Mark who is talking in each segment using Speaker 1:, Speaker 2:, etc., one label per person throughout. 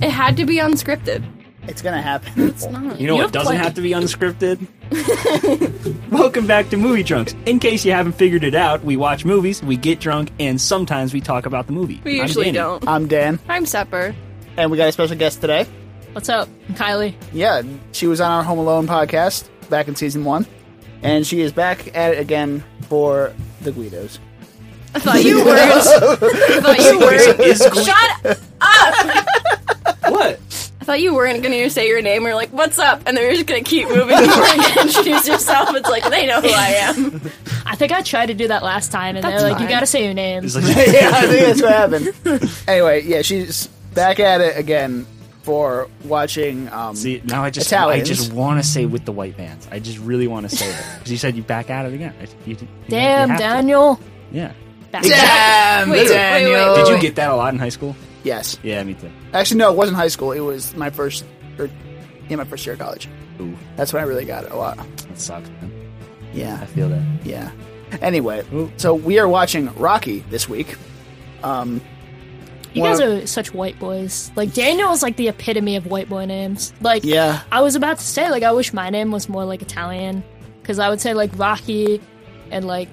Speaker 1: It had to be unscripted.
Speaker 2: It's gonna happen.
Speaker 1: It's not.
Speaker 3: You know what doesn't have to be unscripted? Welcome back to Movie Drunks. In case you haven't figured it out, we watch movies, we get drunk, and sometimes we talk about the movie.
Speaker 1: We
Speaker 3: I'm
Speaker 1: usually
Speaker 3: Danny.
Speaker 1: don't.
Speaker 2: I'm Dan,
Speaker 1: I'm Sepper.
Speaker 2: and we got a special guest today.
Speaker 4: What's up, I'm Kylie?
Speaker 2: Yeah, she was on our Home Alone podcast back in season one, and she is back at it again for the Guidos.
Speaker 1: I thought you were. I thought you were.
Speaker 3: Is Glee-
Speaker 1: Shut up!
Speaker 3: what?
Speaker 1: I thought you weren't going to say your name or like, what's up? And they're just going to keep moving. You like, introduce yourself. It's like, they know who I am.
Speaker 4: I think I tried to do that last time, and they're like,
Speaker 1: fine.
Speaker 4: "You gotta say your name."
Speaker 3: It's like-
Speaker 2: yeah, I think that's what happened. Anyway, yeah, she's back at it again for watching. Um,
Speaker 3: See, now I just
Speaker 2: Italians.
Speaker 3: I just want to say with the white bands. I just really want to say it because you said you back out of it again. I- you- you- you
Speaker 4: Damn,
Speaker 3: have to.
Speaker 4: Daniel.
Speaker 3: Yeah.
Speaker 4: Back
Speaker 2: Damn,
Speaker 1: Wait, wait,
Speaker 2: Daniel.
Speaker 1: wait, wait.
Speaker 3: Did you get that a lot in high school?
Speaker 2: Yes,
Speaker 3: Yeah, me too.
Speaker 2: actually, no, it wasn't high school. It was my first, or yeah, my first year of college.
Speaker 3: Ooh,
Speaker 2: That's when I really got it a lot.
Speaker 3: that sucks. Man. I
Speaker 2: Yeah,
Speaker 3: feel that.
Speaker 2: yeah. Anyway,
Speaker 3: Ooh.
Speaker 2: so we are watching Rocky this week.
Speaker 4: You
Speaker 2: Well-
Speaker 4: guys are such white boys. Like Daniel is like the epitome of white boy names. Like
Speaker 2: Yeah.
Speaker 4: I was about to say like I wish my name was more like Italian because I would say like Rocky and like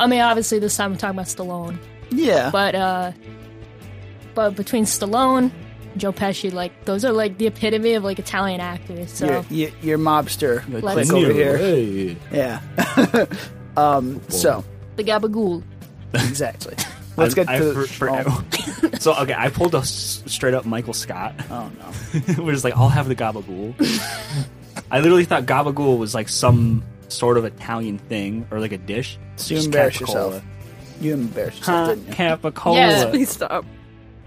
Speaker 4: I mean obviously this time I'm talking about Stallone,
Speaker 2: Yeah,
Speaker 4: but uh but between Stallone, Joe Pesci, like those are like the epitome of like Italian actors. So
Speaker 2: your, your, your mobster
Speaker 4: Let's-
Speaker 2: click over here.
Speaker 3: Hey.
Speaker 2: Yeah. um. So
Speaker 4: the Gabagool.
Speaker 2: exactly. Let's get
Speaker 3: I-
Speaker 2: to.
Speaker 3: for- for-
Speaker 2: oh,
Speaker 3: so okay, I pulled a s- straight up Michael Scott.
Speaker 2: oh no.
Speaker 3: We're just like, I'll have the gabagool. I literally thought gabagool was like some sort of Italian thing or like a dish.
Speaker 2: You
Speaker 3: Just
Speaker 2: embarrass
Speaker 3: capicola.
Speaker 2: yourself. You embarrassed yourself,
Speaker 3: Huh,
Speaker 2: didn't you?
Speaker 3: capicola.
Speaker 4: Yeah.
Speaker 1: Please stop.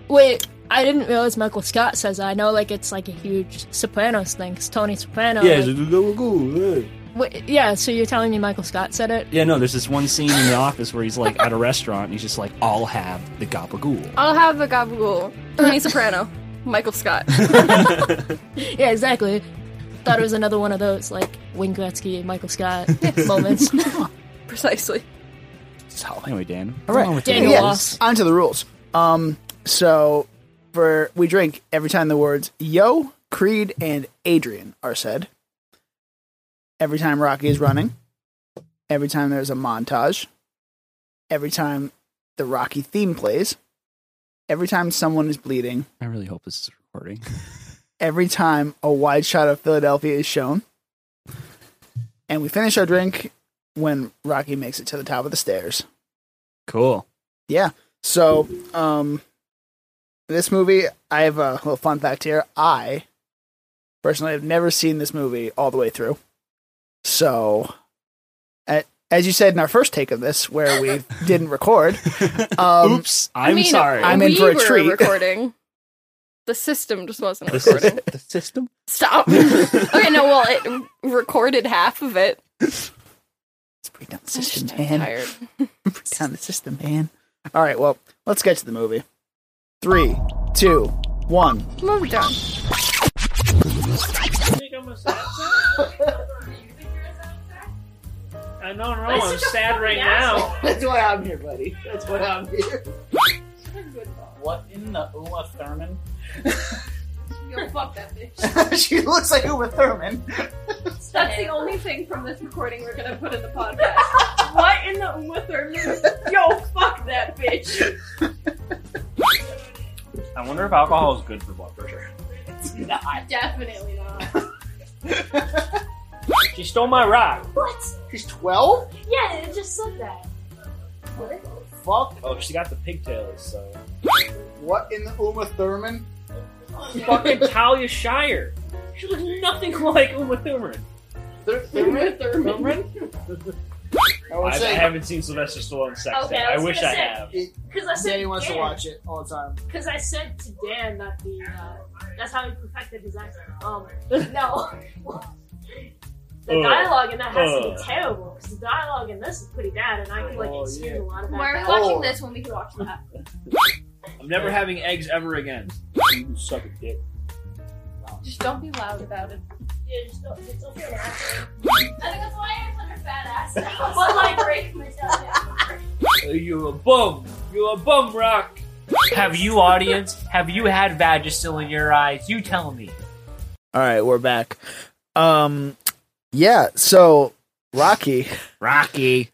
Speaker 4: Wait, I didn't realize Michael Scott says that. I know like it's like a huge Sopranos thing 'cause Tony Soprano.
Speaker 3: Yeah,
Speaker 4: like-
Speaker 3: it's like, gabagool. hey.
Speaker 4: Wait, yeah, so you're telling me Michael Scott said it?
Speaker 3: Yeah, no, there's this one scene in the office where he's like at a restaurant and he's just like, I'll have the gabagool.
Speaker 1: I'll have a gabagool. Tony Soprano. Michael Scott.
Speaker 4: Yeah, exactly. Thought it was another one of those like Wayne Gretzky, Michael Scott moments.
Speaker 1: Precisely.
Speaker 2: Solid.
Speaker 3: Anyway, Dan.
Speaker 2: All right.
Speaker 4: Daniel
Speaker 2: yeah,
Speaker 4: Ross.
Speaker 2: On to the rules. Um. So for we drink every time the words Yo, Creed, and Adrian are said. Every time Rocky is running. Every time there's a montage. Every time the Rocky theme plays. Every time someone is bleeding.
Speaker 3: I really hope this is recording.
Speaker 2: every time a wide shot of Philadelphia is shown. And we finish our drink when Rocky makes it to the top of the stairs.
Speaker 3: Cool.
Speaker 2: Yeah. So, um, this movie, I have a little fun fact here. I personally have never seen this movie all the way through. So, a- as you said in our first take of this, where we didn't record, um,
Speaker 3: Oops. I'm sorry.
Speaker 5: uh,
Speaker 2: I'm in
Speaker 1: we
Speaker 2: for a
Speaker 1: were
Speaker 2: treat.
Speaker 1: recording. The system just wasn't
Speaker 3: This is-
Speaker 1: recording.
Speaker 3: the system.
Speaker 1: Stop. okay, no, well, it recorded half of it.
Speaker 2: it's pretty down the
Speaker 1: I'm just
Speaker 2: system, man.
Speaker 1: tired.
Speaker 2: Pretty down the system, man. All right, well, let's get to the movie. Three, two, one.
Speaker 1: Moved on.
Speaker 6: think I'm a sad I know, no, I'm sad right now.
Speaker 2: That's why I'm here, buddy.
Speaker 6: That's what I'm.
Speaker 2: here.
Speaker 6: What in the Uma Thurman?
Speaker 1: Yo, fuck that bitch.
Speaker 2: she looks like Uma Thurman.
Speaker 1: That's the only thing from this recording we're gonna put in the podcast. what in the Uma Thurman? Yo, fuck that bitch.
Speaker 6: I wonder if alcohol is good for blood pressure.
Speaker 1: Definitely not.
Speaker 6: She stole my rock.
Speaker 2: She's 12?
Speaker 4: yeah, it just said that.
Speaker 2: Fuck.
Speaker 6: Oh, she got the pigtails. So
Speaker 2: What in the Uma Thurman?
Speaker 6: fucking Talia Shire. She looks nothing like Uma Thurman.
Speaker 2: Thur-
Speaker 1: Uma
Speaker 2: Thurman?
Speaker 1: Thurman.
Speaker 2: I would
Speaker 6: I, I
Speaker 2: say
Speaker 6: haven't seen Sylvester Stallone's sex
Speaker 4: Okay,
Speaker 6: tape.
Speaker 4: I
Speaker 6: I,
Speaker 4: was
Speaker 6: wish
Speaker 4: gonna
Speaker 6: I
Speaker 4: say-
Speaker 6: have.
Speaker 4: Because I
Speaker 2: Danny wants to watch it all the time.
Speaker 4: Because I said to Dan that the uh, that's how he perfected his accent. Um, no, the
Speaker 6: Ugh.
Speaker 4: dialogue in that has to
Speaker 6: Ugh.
Speaker 4: be terrible because the dialogue in this is pretty bad, and I could like
Speaker 6: Oh,
Speaker 4: excuse a
Speaker 6: yeah.
Speaker 4: lot of that.
Speaker 1: Why are we
Speaker 4: dialogue.
Speaker 1: watching this when we can watch that?
Speaker 6: I'm never having eggs ever again. You suck a dick.
Speaker 1: Just don't be loud about it.
Speaker 4: Yeah, just don't- just don't feel bad.
Speaker 1: I think that's why I was a fat ass.
Speaker 4: But like, break myself down.
Speaker 6: Uh, You a bum. You a bum rock. Have you, audience? Have you had Vagisil in your eyes? You tell me.
Speaker 2: All right, we're back. Um, yeah. So Rocky,
Speaker 7: Rocky.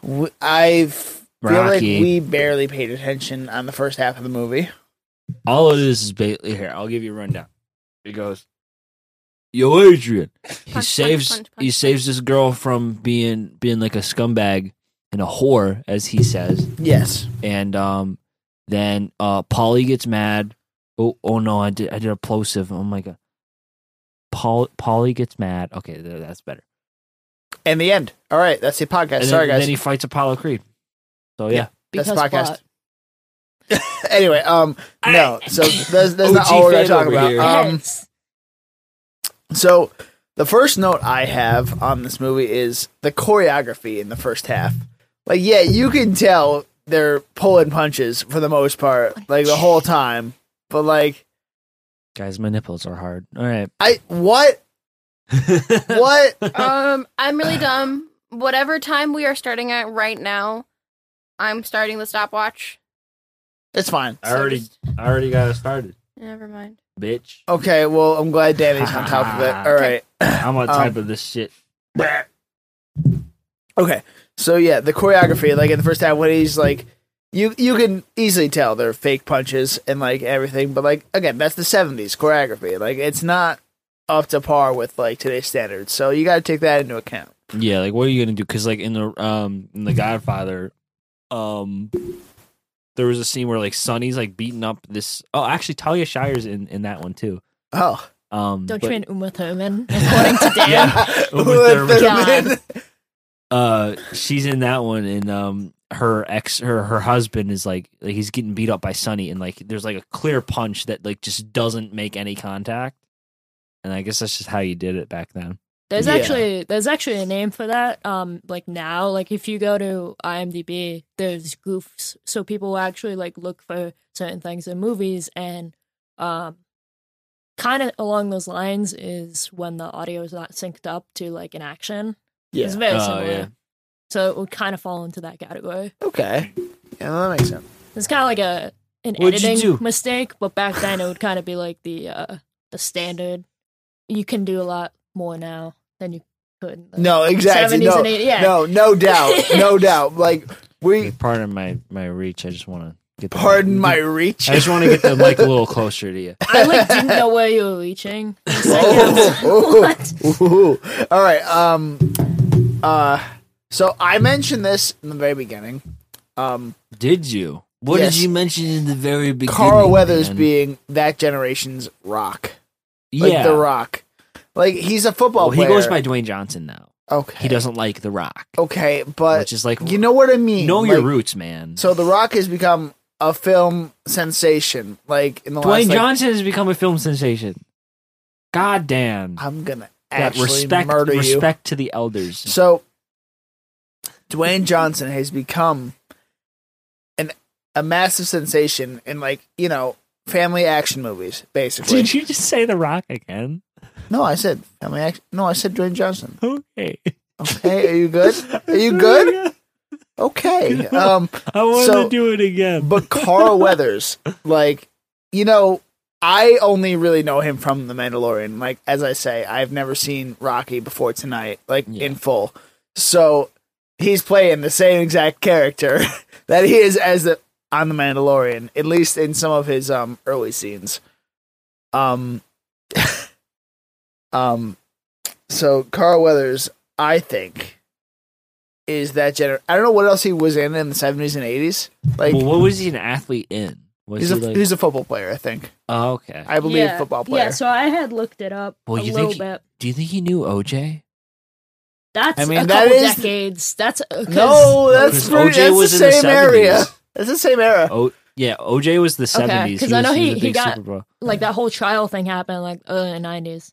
Speaker 2: w- I feel like
Speaker 7: Rocky.
Speaker 2: we barely paid attention on the first half of the movie.
Speaker 7: All of this is basically here. I'll give you a rundown. He goes, "Yo, Adrian, he
Speaker 5: punch,
Speaker 7: saves
Speaker 5: punch,
Speaker 7: he
Speaker 5: punch.
Speaker 7: saves this girl from being being like a scumbag and a whore, as he says."
Speaker 2: Yes.
Speaker 7: And um, then uh, Polly gets mad. Oh, oh no, I did I did a plosive. Oh my god, Paul Polly gets mad. Okay, th- that's better.
Speaker 2: And the end. All right, that's the podcast.
Speaker 7: And then,
Speaker 2: Sorry, guys.
Speaker 7: Then he fights Apollo Creed. So yeah,
Speaker 2: That's the
Speaker 4: Because
Speaker 2: podcast.
Speaker 4: what?
Speaker 2: anyway, um, no. So that's, that's not
Speaker 7: OG
Speaker 2: all we're gonna
Speaker 7: fan
Speaker 2: talk
Speaker 7: over
Speaker 2: about.
Speaker 7: here.
Speaker 2: Um,
Speaker 4: Yes.
Speaker 2: so the first note I have on this movie is the choreography in the first half. Like, yeah, you can tell they're pulling punches for the most part, like the whole time. But like,
Speaker 7: guys, my nipples are hard. All right,
Speaker 2: I what what?
Speaker 5: Um, I'm really dumb. Whatever time we are starting at right now, I'm starting the stopwatch.
Speaker 2: It's fine.
Speaker 7: I already
Speaker 5: just-
Speaker 7: I already got it started,
Speaker 5: Never mind.
Speaker 7: bitch.
Speaker 2: Okay, well, I'm glad Danny's on top of it. All right.
Speaker 7: I'm on
Speaker 2: Um,
Speaker 7: type of this shit.
Speaker 2: Okay. So yeah, the choreography, like in the first half, when he's like, you you can easily tell they're fake punches and like everything, but like again, that's the '70s choreography. Like it's not up to par with like today's standards. So you got to take that into account.
Speaker 7: Yeah, like what are you gonna do? Because like in the um in the Godfather, um, there was a scene where like Sonny's like beating up this. Oh, actually, Talia Shire's in in that one too.
Speaker 2: Oh,
Speaker 7: Um,
Speaker 4: Don't you
Speaker 7: but,
Speaker 4: mean Uma Thurman? According to Dan,
Speaker 7: Uma
Speaker 2: Uma
Speaker 7: Thurman.
Speaker 2: Thurman.
Speaker 7: uh, she's in that one, and um, her ex, her her husband is like like he's getting beat up by Sonny, and like there's like a clear punch that like just doesn't make any contact. And I guess that's just how you did it back then.
Speaker 4: There's
Speaker 2: Yeah.
Speaker 4: actually there's actually a name for that. Um, like now, like if you go to IMDb, there's goofs. So people will actually like look for certain things in movies, and um, kind of along those lines is when the audio is not synced up to like an action.
Speaker 2: Yeah.
Speaker 4: It's very
Speaker 7: Oh,
Speaker 4: similar.
Speaker 7: yeah.
Speaker 4: So it would kind of fall into that category.
Speaker 2: Okay. Yeah, well, that makes sense.
Speaker 4: It's kind of like a an
Speaker 7: What'd you
Speaker 4: editing
Speaker 7: do?
Speaker 4: mistake, but back then it would kind of be like the uh the standard. You can do a lot more now than you could. In the
Speaker 2: No, exactly.
Speaker 4: 70s
Speaker 2: No,
Speaker 4: and 80s, yeah.
Speaker 2: no, no doubt, no doubt. Like we,
Speaker 7: Pardon my my reach. I just want to get the
Speaker 2: pardon my reach.
Speaker 7: I just want to get the mic a little closer to you.
Speaker 4: I like didn't know where you were reaching. It's like,
Speaker 2: Oh,
Speaker 4: What?
Speaker 2: oh, ooh. All right. Um. Uh. So I mentioned this in the very beginning. Um.
Speaker 7: Did you? What
Speaker 2: Yes.
Speaker 7: did you mention in the very beginning?
Speaker 2: Carl Weathers
Speaker 7: man?
Speaker 2: being that generation's rock, like
Speaker 7: yeah.
Speaker 2: the Rock. Like he's a football
Speaker 7: Well, he
Speaker 2: player.
Speaker 7: goes by Dwayne Johnson now.
Speaker 2: Okay.
Speaker 7: He doesn't like the Rock,
Speaker 2: Okay, Oh, but
Speaker 7: which is like
Speaker 2: you know what I mean.
Speaker 7: know your
Speaker 2: Like,
Speaker 7: roots, man.
Speaker 2: So the Rock has become a film sensation. Like in the last.
Speaker 7: Dwayne
Speaker 2: Oh, like,
Speaker 7: Johnson has become a film sensation. God damn.
Speaker 2: I'm gonna
Speaker 7: That
Speaker 2: actually
Speaker 7: respect
Speaker 2: murder you.
Speaker 7: respect to the elders.
Speaker 2: So Dwayne Johnson has become an a massive sensation in like, you know, family action movies, basically.
Speaker 7: Did you just say the Rock again?
Speaker 2: No, I said family action no, I said Dwayne Johnson.
Speaker 7: Okay.
Speaker 2: Okay, are you good? Are you good? Okay. Um
Speaker 7: I want
Speaker 2: So-
Speaker 7: to do it again.
Speaker 2: but Carl Weathers, like, you know, I only really know him from The Mandalorian. Like, as I say, I've never seen Rocky before tonight, like
Speaker 7: Yeah.
Speaker 2: in full. So he's playing the same exact character that he is as the on The Mandalorian, at least in some of his um early scenes. Um, um, so Carl Weathers, I think. Is that gener? I don't know what else he was in in the seventies and eighties. Like,
Speaker 7: well, what was he an athlete in? Was
Speaker 2: He's a,
Speaker 7: he like?
Speaker 2: he's a football player, I think.
Speaker 7: oh, okay.
Speaker 2: I believe
Speaker 4: yeah,
Speaker 2: football player.
Speaker 4: Yeah, so I had looked it up
Speaker 7: Well,
Speaker 4: a
Speaker 7: you
Speaker 4: little
Speaker 7: think-
Speaker 4: bit.
Speaker 7: Do you think he knew OJ?
Speaker 4: That's
Speaker 2: I mean,
Speaker 4: a
Speaker 2: that
Speaker 4: couple
Speaker 2: is-
Speaker 4: decades. That's uh, 'cause-
Speaker 2: no, that's
Speaker 7: Because
Speaker 2: pretty, that's the same area. That's the same era.
Speaker 7: Oh yeah, OJ was the seventies.
Speaker 4: 'cause I know he- he got-
Speaker 7: Super Bowl.
Speaker 4: like that whole trial thing happened like early nineties.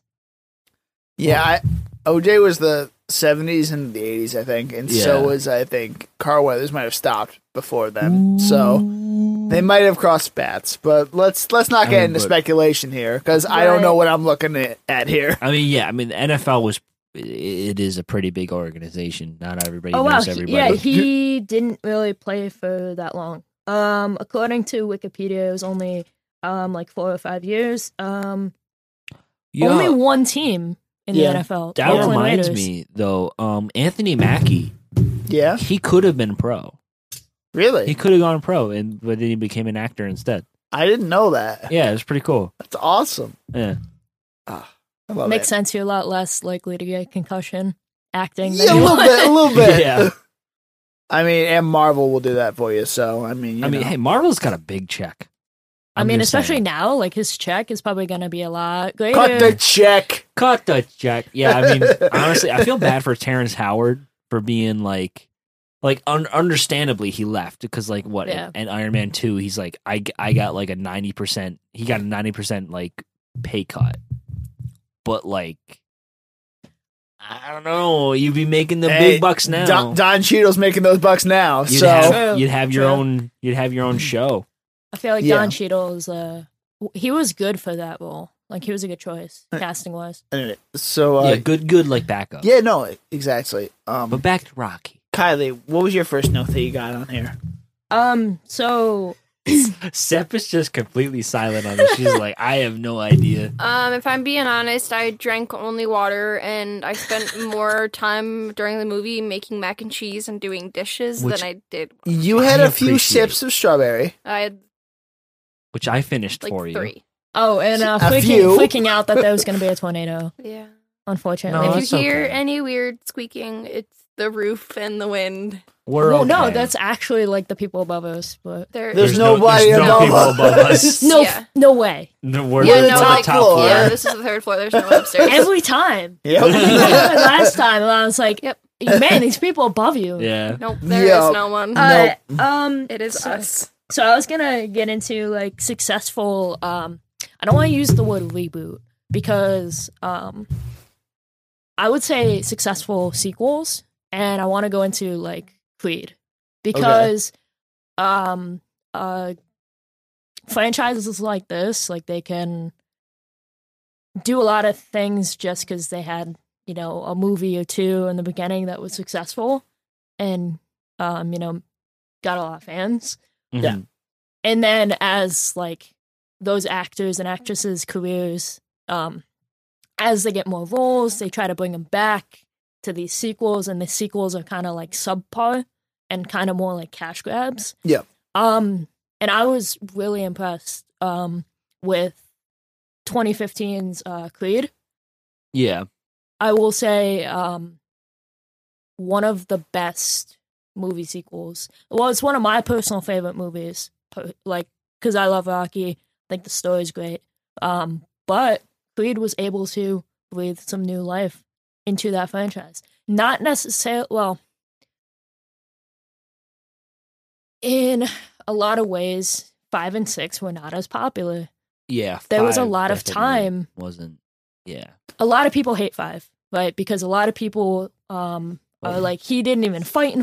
Speaker 2: Yeah, I, OJ was the seventies and the eighties, I think, and
Speaker 7: Yeah.
Speaker 2: so was I think Carl Weathers might have stopped before then. So they might have crossed paths, but let's let's not
Speaker 7: I
Speaker 2: get
Speaker 7: mean,
Speaker 2: into
Speaker 7: but-
Speaker 2: speculation here because I don't
Speaker 4: Right.
Speaker 2: know what I'm looking at, at here.
Speaker 7: I mean, yeah, I mean the NFL was it- it is a pretty big organization. Not everybody
Speaker 4: Oh wow,
Speaker 7: knows
Speaker 4: he-
Speaker 7: everybody.
Speaker 4: yeah, he didn't really play for that long. Um, according to Wikipedia, it was only um like four or five years. Um, only one team in
Speaker 2: Yeah.
Speaker 4: the NFL.
Speaker 3: that
Speaker 4: Oakland
Speaker 3: reminds
Speaker 4: Raiders.
Speaker 3: me though. Um, Anthony Mackie,
Speaker 2: Yeah,
Speaker 3: he could have been pro. He
Speaker 2: really?
Speaker 3: could have gone pro, and but then he became an actor instead.
Speaker 2: I didn't know that.
Speaker 3: Yeah, it's pretty cool.
Speaker 2: That's awesome. Ah,
Speaker 3: Yeah.
Speaker 2: I love
Speaker 4: Makes
Speaker 2: it.
Speaker 4: sense. You're a lot less likely to get concussion acting. than
Speaker 2: Yeah, a
Speaker 4: you
Speaker 2: little
Speaker 4: are.
Speaker 2: bit, a little bit.
Speaker 3: Yeah.
Speaker 2: I mean, and Marvel will do that for you. So I mean, you
Speaker 3: I mean,
Speaker 2: know.
Speaker 3: hey, Marvel's got a big check.
Speaker 4: I
Speaker 3: I'm
Speaker 4: mean,
Speaker 3: just saying.
Speaker 4: especially now, like his check is probably gonna be a lot greater.
Speaker 2: cut the check.
Speaker 3: cut the check. Yeah, I mean, honestly, I feel bad for Terrence Howard for being like, like un- understandably he left because like what
Speaker 4: Yeah.
Speaker 3: and Iron Man two, he's like I g- I got like a ninety percent. He got a ninety percent like pay cut, but like. I don't know. You'd be making the
Speaker 2: Hey,
Speaker 3: big bucks now.
Speaker 2: Don, Don Cheadle's making those bucks now.
Speaker 3: you'd,
Speaker 2: so
Speaker 3: have, you'd have your
Speaker 4: True.
Speaker 3: own. You'd have your own show.
Speaker 4: I feel like
Speaker 2: Yeah.
Speaker 4: Don Cheadle is uh, w- he was good for that role. Like he was a good choice casting wise.
Speaker 2: anyway, so uh,
Speaker 3: yeah, good, good, like backup.
Speaker 2: yeah, no, exactly. Um,
Speaker 3: But back to Rocky.
Speaker 2: Kylie, what was your first note that you got on here?
Speaker 4: Um, so
Speaker 3: Sep is just completely silent on this. She's like, I have no idea.
Speaker 5: Um, if I'm being honest, I drank only water and I spent more time during the movie making mac and cheese and doing dishes
Speaker 3: Which-
Speaker 5: than I did.
Speaker 2: You
Speaker 3: I
Speaker 2: had a few
Speaker 3: appreciate-
Speaker 2: sips of strawberry.
Speaker 5: I had
Speaker 3: which I finished
Speaker 5: like
Speaker 3: for you.
Speaker 5: three.
Speaker 4: oh, and uh,
Speaker 2: A
Speaker 4: freaking
Speaker 2: few.
Speaker 4: freaking out that there was gonna be a tornado.
Speaker 5: Yeah.
Speaker 4: Unfortunately,
Speaker 3: No,
Speaker 5: if
Speaker 3: Oh, that's
Speaker 5: you hear
Speaker 3: okay.
Speaker 5: any weird squeaking, it's the roof and the wind.
Speaker 3: We're
Speaker 4: Well,
Speaker 3: okay.
Speaker 4: no, that's actually like the people above us, but
Speaker 5: There
Speaker 2: There's,
Speaker 3: There's no-
Speaker 2: nobody
Speaker 3: there's no
Speaker 2: above,
Speaker 3: people
Speaker 2: us.
Speaker 3: above us.
Speaker 4: no,
Speaker 5: Yeah.
Speaker 4: f- no way.
Speaker 3: The word
Speaker 2: Yeah,
Speaker 3: yeah,
Speaker 2: no,
Speaker 3: the
Speaker 2: like,
Speaker 3: top
Speaker 2: floor.
Speaker 3: floor.
Speaker 5: Yeah, this is the third floor. There's no one upstairs.
Speaker 4: Every time. I
Speaker 2: Yep.
Speaker 4: remember last time, I was like,
Speaker 5: Yep.
Speaker 4: man, these people above you.
Speaker 3: Yeah.
Speaker 5: nope, there is
Speaker 2: Yeah.
Speaker 5: no one.
Speaker 4: Uh, um,
Speaker 5: it is us.
Speaker 4: so I was gonna get into like successful. Um, I don't want to use the word reboot because um, I would say successful sequels, and I want to go into like Creed because um, uh, franchises like this, like they can do a lot of things just because they had you know a movie or two in the beginning that was successful, and um, you know got a lot of fans
Speaker 2: Yeah.
Speaker 3: Mhm.
Speaker 4: and then as like those actors and actresses careers um as they get more roles they try to bring them back to these sequels and the sequels are kind of like subpar and kind of more like cash grabs
Speaker 2: Yeah.
Speaker 4: um and i was really impressed um with 2015's uh creed
Speaker 3: Yeah.
Speaker 4: I will say um one of the best movie sequels. Well, it's one of my personal favorite movies. per- Like cuz I love Rocky. I think the story's great. Um but Creed was able to breathe some new life into that franchise. Not necessarily well in a lot of ways 5 and 6 were not as popular.
Speaker 3: Yeah.
Speaker 4: There was a
Speaker 3: five
Speaker 4: lot of
Speaker 3: definitely
Speaker 4: time.
Speaker 3: Wasn't. Yeah.
Speaker 4: a lot of people hate five, right? Because a lot of people um
Speaker 3: Well,
Speaker 4: are like he didn't even fight in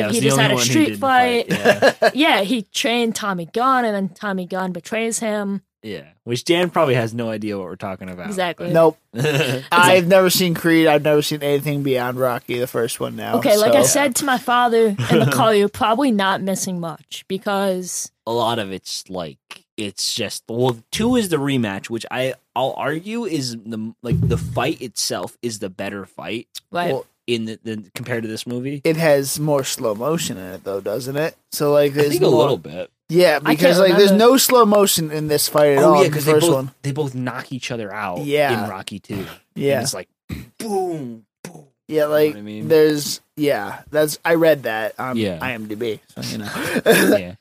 Speaker 3: yeah, it was
Speaker 4: Uh, he
Speaker 3: the
Speaker 4: just
Speaker 3: only
Speaker 4: had a
Speaker 3: one who
Speaker 4: street
Speaker 3: didn't
Speaker 4: fight.
Speaker 3: Yeah.
Speaker 4: yeah. he trained Tommy Gunn, and then Tommy Gunn betrays him.
Speaker 3: yeah. Which Dan probably has no idea what we're talking about.
Speaker 4: Exactly.
Speaker 2: nope.
Speaker 3: but-
Speaker 2: I've never seen Creed. I've never seen anything beyond Rocky, the first one. Now,
Speaker 4: Okay, like
Speaker 2: so-
Speaker 4: I said to my father in the car, you're probably not missing much because
Speaker 3: a lot of it's like it's just well, two is the rematch, which I I'll argue is the like the fight itself is the better fight
Speaker 4: like
Speaker 2: Well,
Speaker 3: in the, the compared to this movie.
Speaker 2: it has more slow motion in it, though, doesn't it? So like,
Speaker 3: I
Speaker 2: there's
Speaker 3: think
Speaker 2: more,
Speaker 3: a little bit.
Speaker 2: yeah,
Speaker 4: can't
Speaker 2: because like there's
Speaker 4: remember.
Speaker 2: no slow motion in this fight at all.
Speaker 3: Oh yeah,
Speaker 2: in the
Speaker 3: because they
Speaker 2: first
Speaker 3: both
Speaker 2: one,
Speaker 3: they both knock each other out.
Speaker 2: Yeah.
Speaker 3: in Rocky Two.
Speaker 2: yeah,
Speaker 3: and it's like boom, boom.
Speaker 2: Yeah,
Speaker 3: know
Speaker 2: like
Speaker 3: what I mean?
Speaker 2: there's yeah, that's I read that on
Speaker 3: Yeah.
Speaker 2: IMDb, so you know.
Speaker 3: Yeah,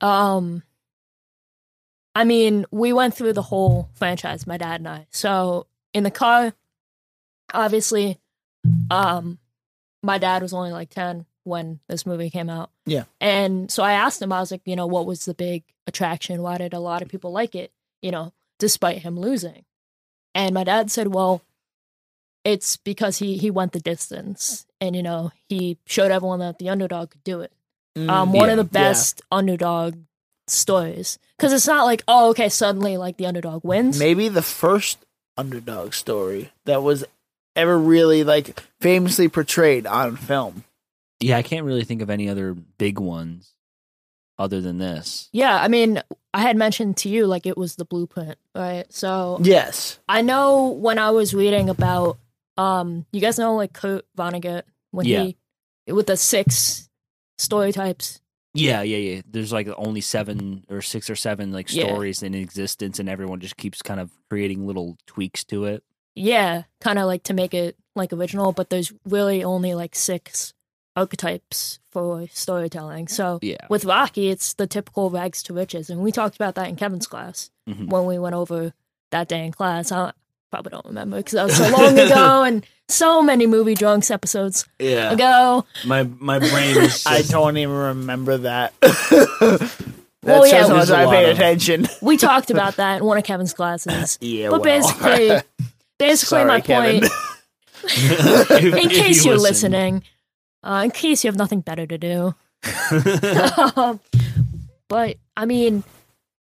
Speaker 4: um I mean, we went through the whole franchise, my dad and I. So in the car, obviously, um, my dad was only like ten when this movie came out.
Speaker 2: Yeah.
Speaker 4: And so I asked him, I was like, you know, what was the big attraction? Why did a lot of people like it? You know, despite him losing. And my dad said, well, it's because he he went the distance, and you know, he showed everyone that the underdog could do it
Speaker 2: Mm,
Speaker 4: um, one
Speaker 3: Mm, Yeah.
Speaker 4: of the best underdog stories because it's not like oh okay suddenly like the underdog wins
Speaker 2: Maybe the first underdog story that was ever really like famously portrayed on film.
Speaker 3: yeah. I can't really think of any other big ones. other than this.
Speaker 4: Yeah, I mean, I had mentioned to you like it was the blueprint, right? So
Speaker 2: Yes.
Speaker 4: I know when I was reading about um you guys know like Kurt Vonnegut when
Speaker 3: Yeah.
Speaker 4: he with the six story types.
Speaker 3: Yeah, yeah, yeah. There's like only seven or six or seven like
Speaker 4: Yeah.
Speaker 3: stories in existence, and everyone just keeps kind of creating little tweaks to it.
Speaker 4: Yeah, kind of like to make it like original, but there's really only like six archetypes for storytelling. So
Speaker 3: Yeah,
Speaker 4: with Rocky, it's the typical rags to riches, and we talked about that in Kevin's class
Speaker 2: Mm-hmm.
Speaker 3: Mhm.
Speaker 4: when we went over that day in class. I probably don't remember because that was so long ago, and so many movie drunks episodes
Speaker 3: yeah.
Speaker 4: ago.
Speaker 3: My my brain is.
Speaker 2: I
Speaker 3: just-
Speaker 2: don't even remember that. That's
Speaker 4: Well, yeah,
Speaker 2: how much
Speaker 3: there's a
Speaker 2: I
Speaker 3: lot
Speaker 2: paid
Speaker 3: of-
Speaker 2: attention.
Speaker 4: We talked about that in one of Kevin's classes.
Speaker 2: Yeah,
Speaker 4: but basically, basically,
Speaker 2: Sorry,
Speaker 4: my
Speaker 2: Kevin.
Speaker 4: point.
Speaker 3: If-
Speaker 4: In
Speaker 3: if
Speaker 4: case
Speaker 3: you
Speaker 4: you're
Speaker 3: listen.
Speaker 4: listening, uh, in case you have nothing better to do, Um, but I mean,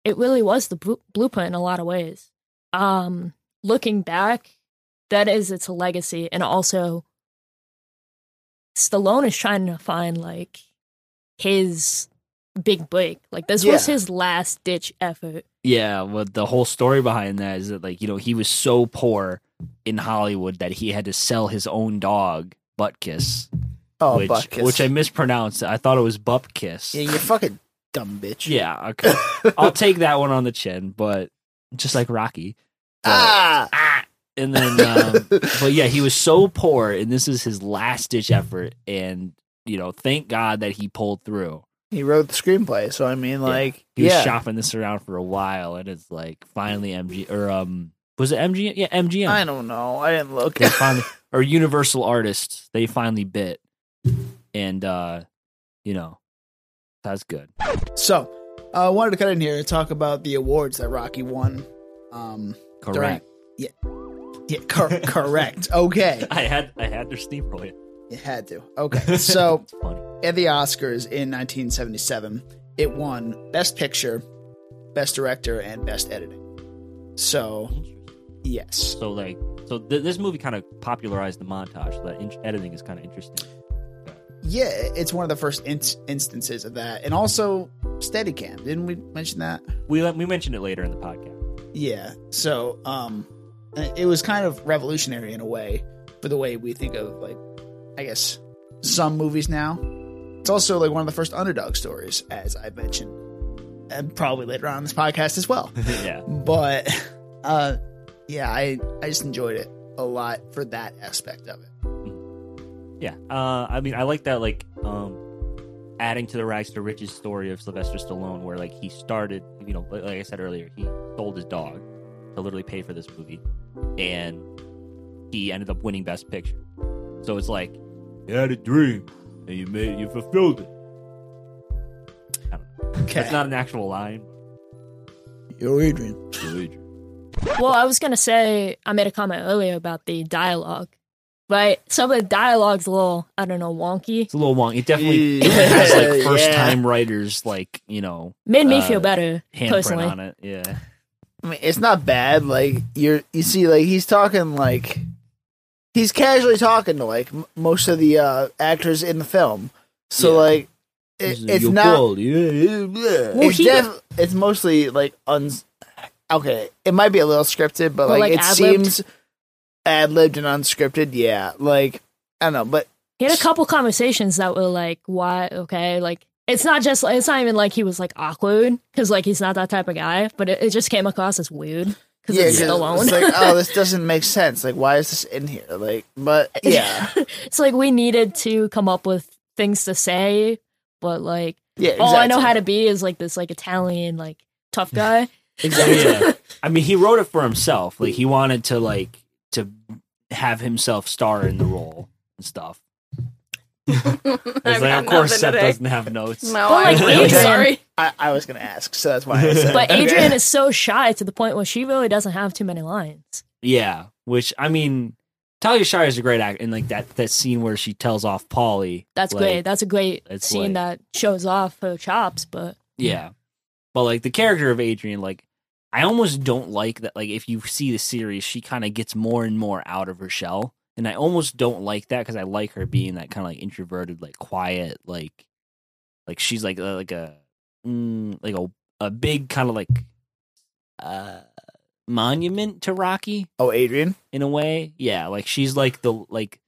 Speaker 4: it really was the blu- blueprint in a lot of ways. Um, looking back, that is its legacy, and also Stallone is trying to find like his big break. Like this was
Speaker 2: Yeah.
Speaker 4: his last ditch effort.
Speaker 3: Yeah, well, the whole story behind that is that like you know he was so poor in Hollywood that he had to sell his own dog Buttkiss,
Speaker 2: oh,
Speaker 3: which
Speaker 2: Buck is-
Speaker 3: which I mispronounced. I thought it was Buttkiss.
Speaker 2: yeah, you fucking dumb bitch.
Speaker 3: Yeah, okay, I'll take that one on the chin, but just like Rocky. But-
Speaker 2: ah,
Speaker 3: Ah! And then, um, but yeah, he was so poor, and this is his last ditch effort, and you know, thank God that he pulled through.
Speaker 2: he wrote the screenplay, so I mean, like,
Speaker 3: He was
Speaker 2: yeah,
Speaker 3: shopping this around for a while, and it's like finally MG or um, was it MGM? Yeah, MGM.
Speaker 2: I don't know. I didn't look.
Speaker 3: they finally or universal artists they finally bit and uh you know that's good
Speaker 2: so, uh, I wanted to cut in here and talk about the awards that Rocky won. Um, during-
Speaker 3: correct
Speaker 2: yeah, yeah, cor- correct. Okay,
Speaker 3: i had i had to steamroll it
Speaker 2: it had to. Okay, so.
Speaker 3: it's funny
Speaker 2: At the Oscars in 1977, it won Best Picture, Best Director, and Best Editing. So, yes.
Speaker 3: so like so th- this movie kind of popularized the montage so that in- editing is kind of interesting
Speaker 2: Yeah, it's one of the first in- instances of that. And also Steadicam. Didn't we mention that?
Speaker 3: we we mentioned it later in the podcast
Speaker 2: Yeah. So, um, it was kind of revolutionary in a way for the way we think of, like, I guess, some movies now. It's also like one of the first underdog stories, as I mentioned, and probably later on in this podcast as well.
Speaker 3: yeah
Speaker 2: but uh yeah i i just enjoyed it a lot for that aspect of it
Speaker 3: yeah uh i mean i like that like um adding to the rags to riches story of sylvester stallone where like he started you know like, like i said earlier he sold his dog to literally pay for this movie and he ended up winning best picture so it's like you had a dream and you made you fulfilled it
Speaker 2: okay
Speaker 3: it's not an actual line
Speaker 2: your adrian
Speaker 4: Well, I was gonna say I made a comment earlier about the dialogue, but some of the dialogue's a little I don't know wonky.
Speaker 3: it's a little wrong it definitely
Speaker 2: Yeah,
Speaker 3: has like
Speaker 2: yeah.
Speaker 3: first time writers like you know
Speaker 4: Made me
Speaker 3: Uh,
Speaker 4: feel better
Speaker 3: handprint
Speaker 4: personally.
Speaker 3: on it yeah
Speaker 2: i mean it's not bad like you're you see like he's talking like he's casually talking to like m- most of the uh actors in the film so
Speaker 3: Yeah.
Speaker 2: like it, it's not
Speaker 4: Well,
Speaker 2: it's
Speaker 4: he-
Speaker 2: def- it's mostly like un okay it might be a little scripted but
Speaker 4: Or,
Speaker 2: like,
Speaker 4: like,
Speaker 2: it
Speaker 4: ad-libbed?
Speaker 2: seems ad-libbed and unscripted yeah like i don't know but
Speaker 4: He had a couple conversations that were like, "Why? Okay, like it's not just it's not even like he was like awkward because like he's not that type of guy, but it, it just came across as weird because it's Stallone.
Speaker 2: It's like, oh, this doesn't make sense. Like, why is this in here? Like, but yeah,
Speaker 4: it's like we needed to come up with things to say, but like
Speaker 2: yeah.
Speaker 4: all I know
Speaker 2: exactly.
Speaker 4: how to be is like this like Italian like tough guy.
Speaker 3: Exactly. I mean, he wrote it for himself. Like he wanted to like to have himself star in the role and stuff. It's like, of course, Seth doesn't have notes.
Speaker 2: Oh,
Speaker 5: No,
Speaker 4: But,
Speaker 5: I'm
Speaker 4: like,
Speaker 5: really
Speaker 4: Adrian-
Speaker 5: sorry.
Speaker 2: I, I was gonna ask, so that's why. I said
Speaker 4: But
Speaker 2: it.
Speaker 4: Adrian
Speaker 2: Okay.
Speaker 4: is so shy to the point where she really doesn't have too many lines.
Speaker 3: Yeah, which I mean, Talia Shire is a great act, and like that that scene where she tells off Polly.
Speaker 4: That's
Speaker 3: like,
Speaker 4: great. That's a great
Speaker 3: it's
Speaker 4: scene that shows off her chops, but
Speaker 3: Yeah, but like the character of Adrian, like I almost don't like that. Like if you see the series, she kind of gets more and more out of her shell, and I almost don't like that because I like her being that kind of like introverted, like quiet, like like she's like uh, like a mm, like a a big kind of like uh monument to Rocky
Speaker 2: Oh, Adrian.
Speaker 3: in a way. Yeah, like she's like the like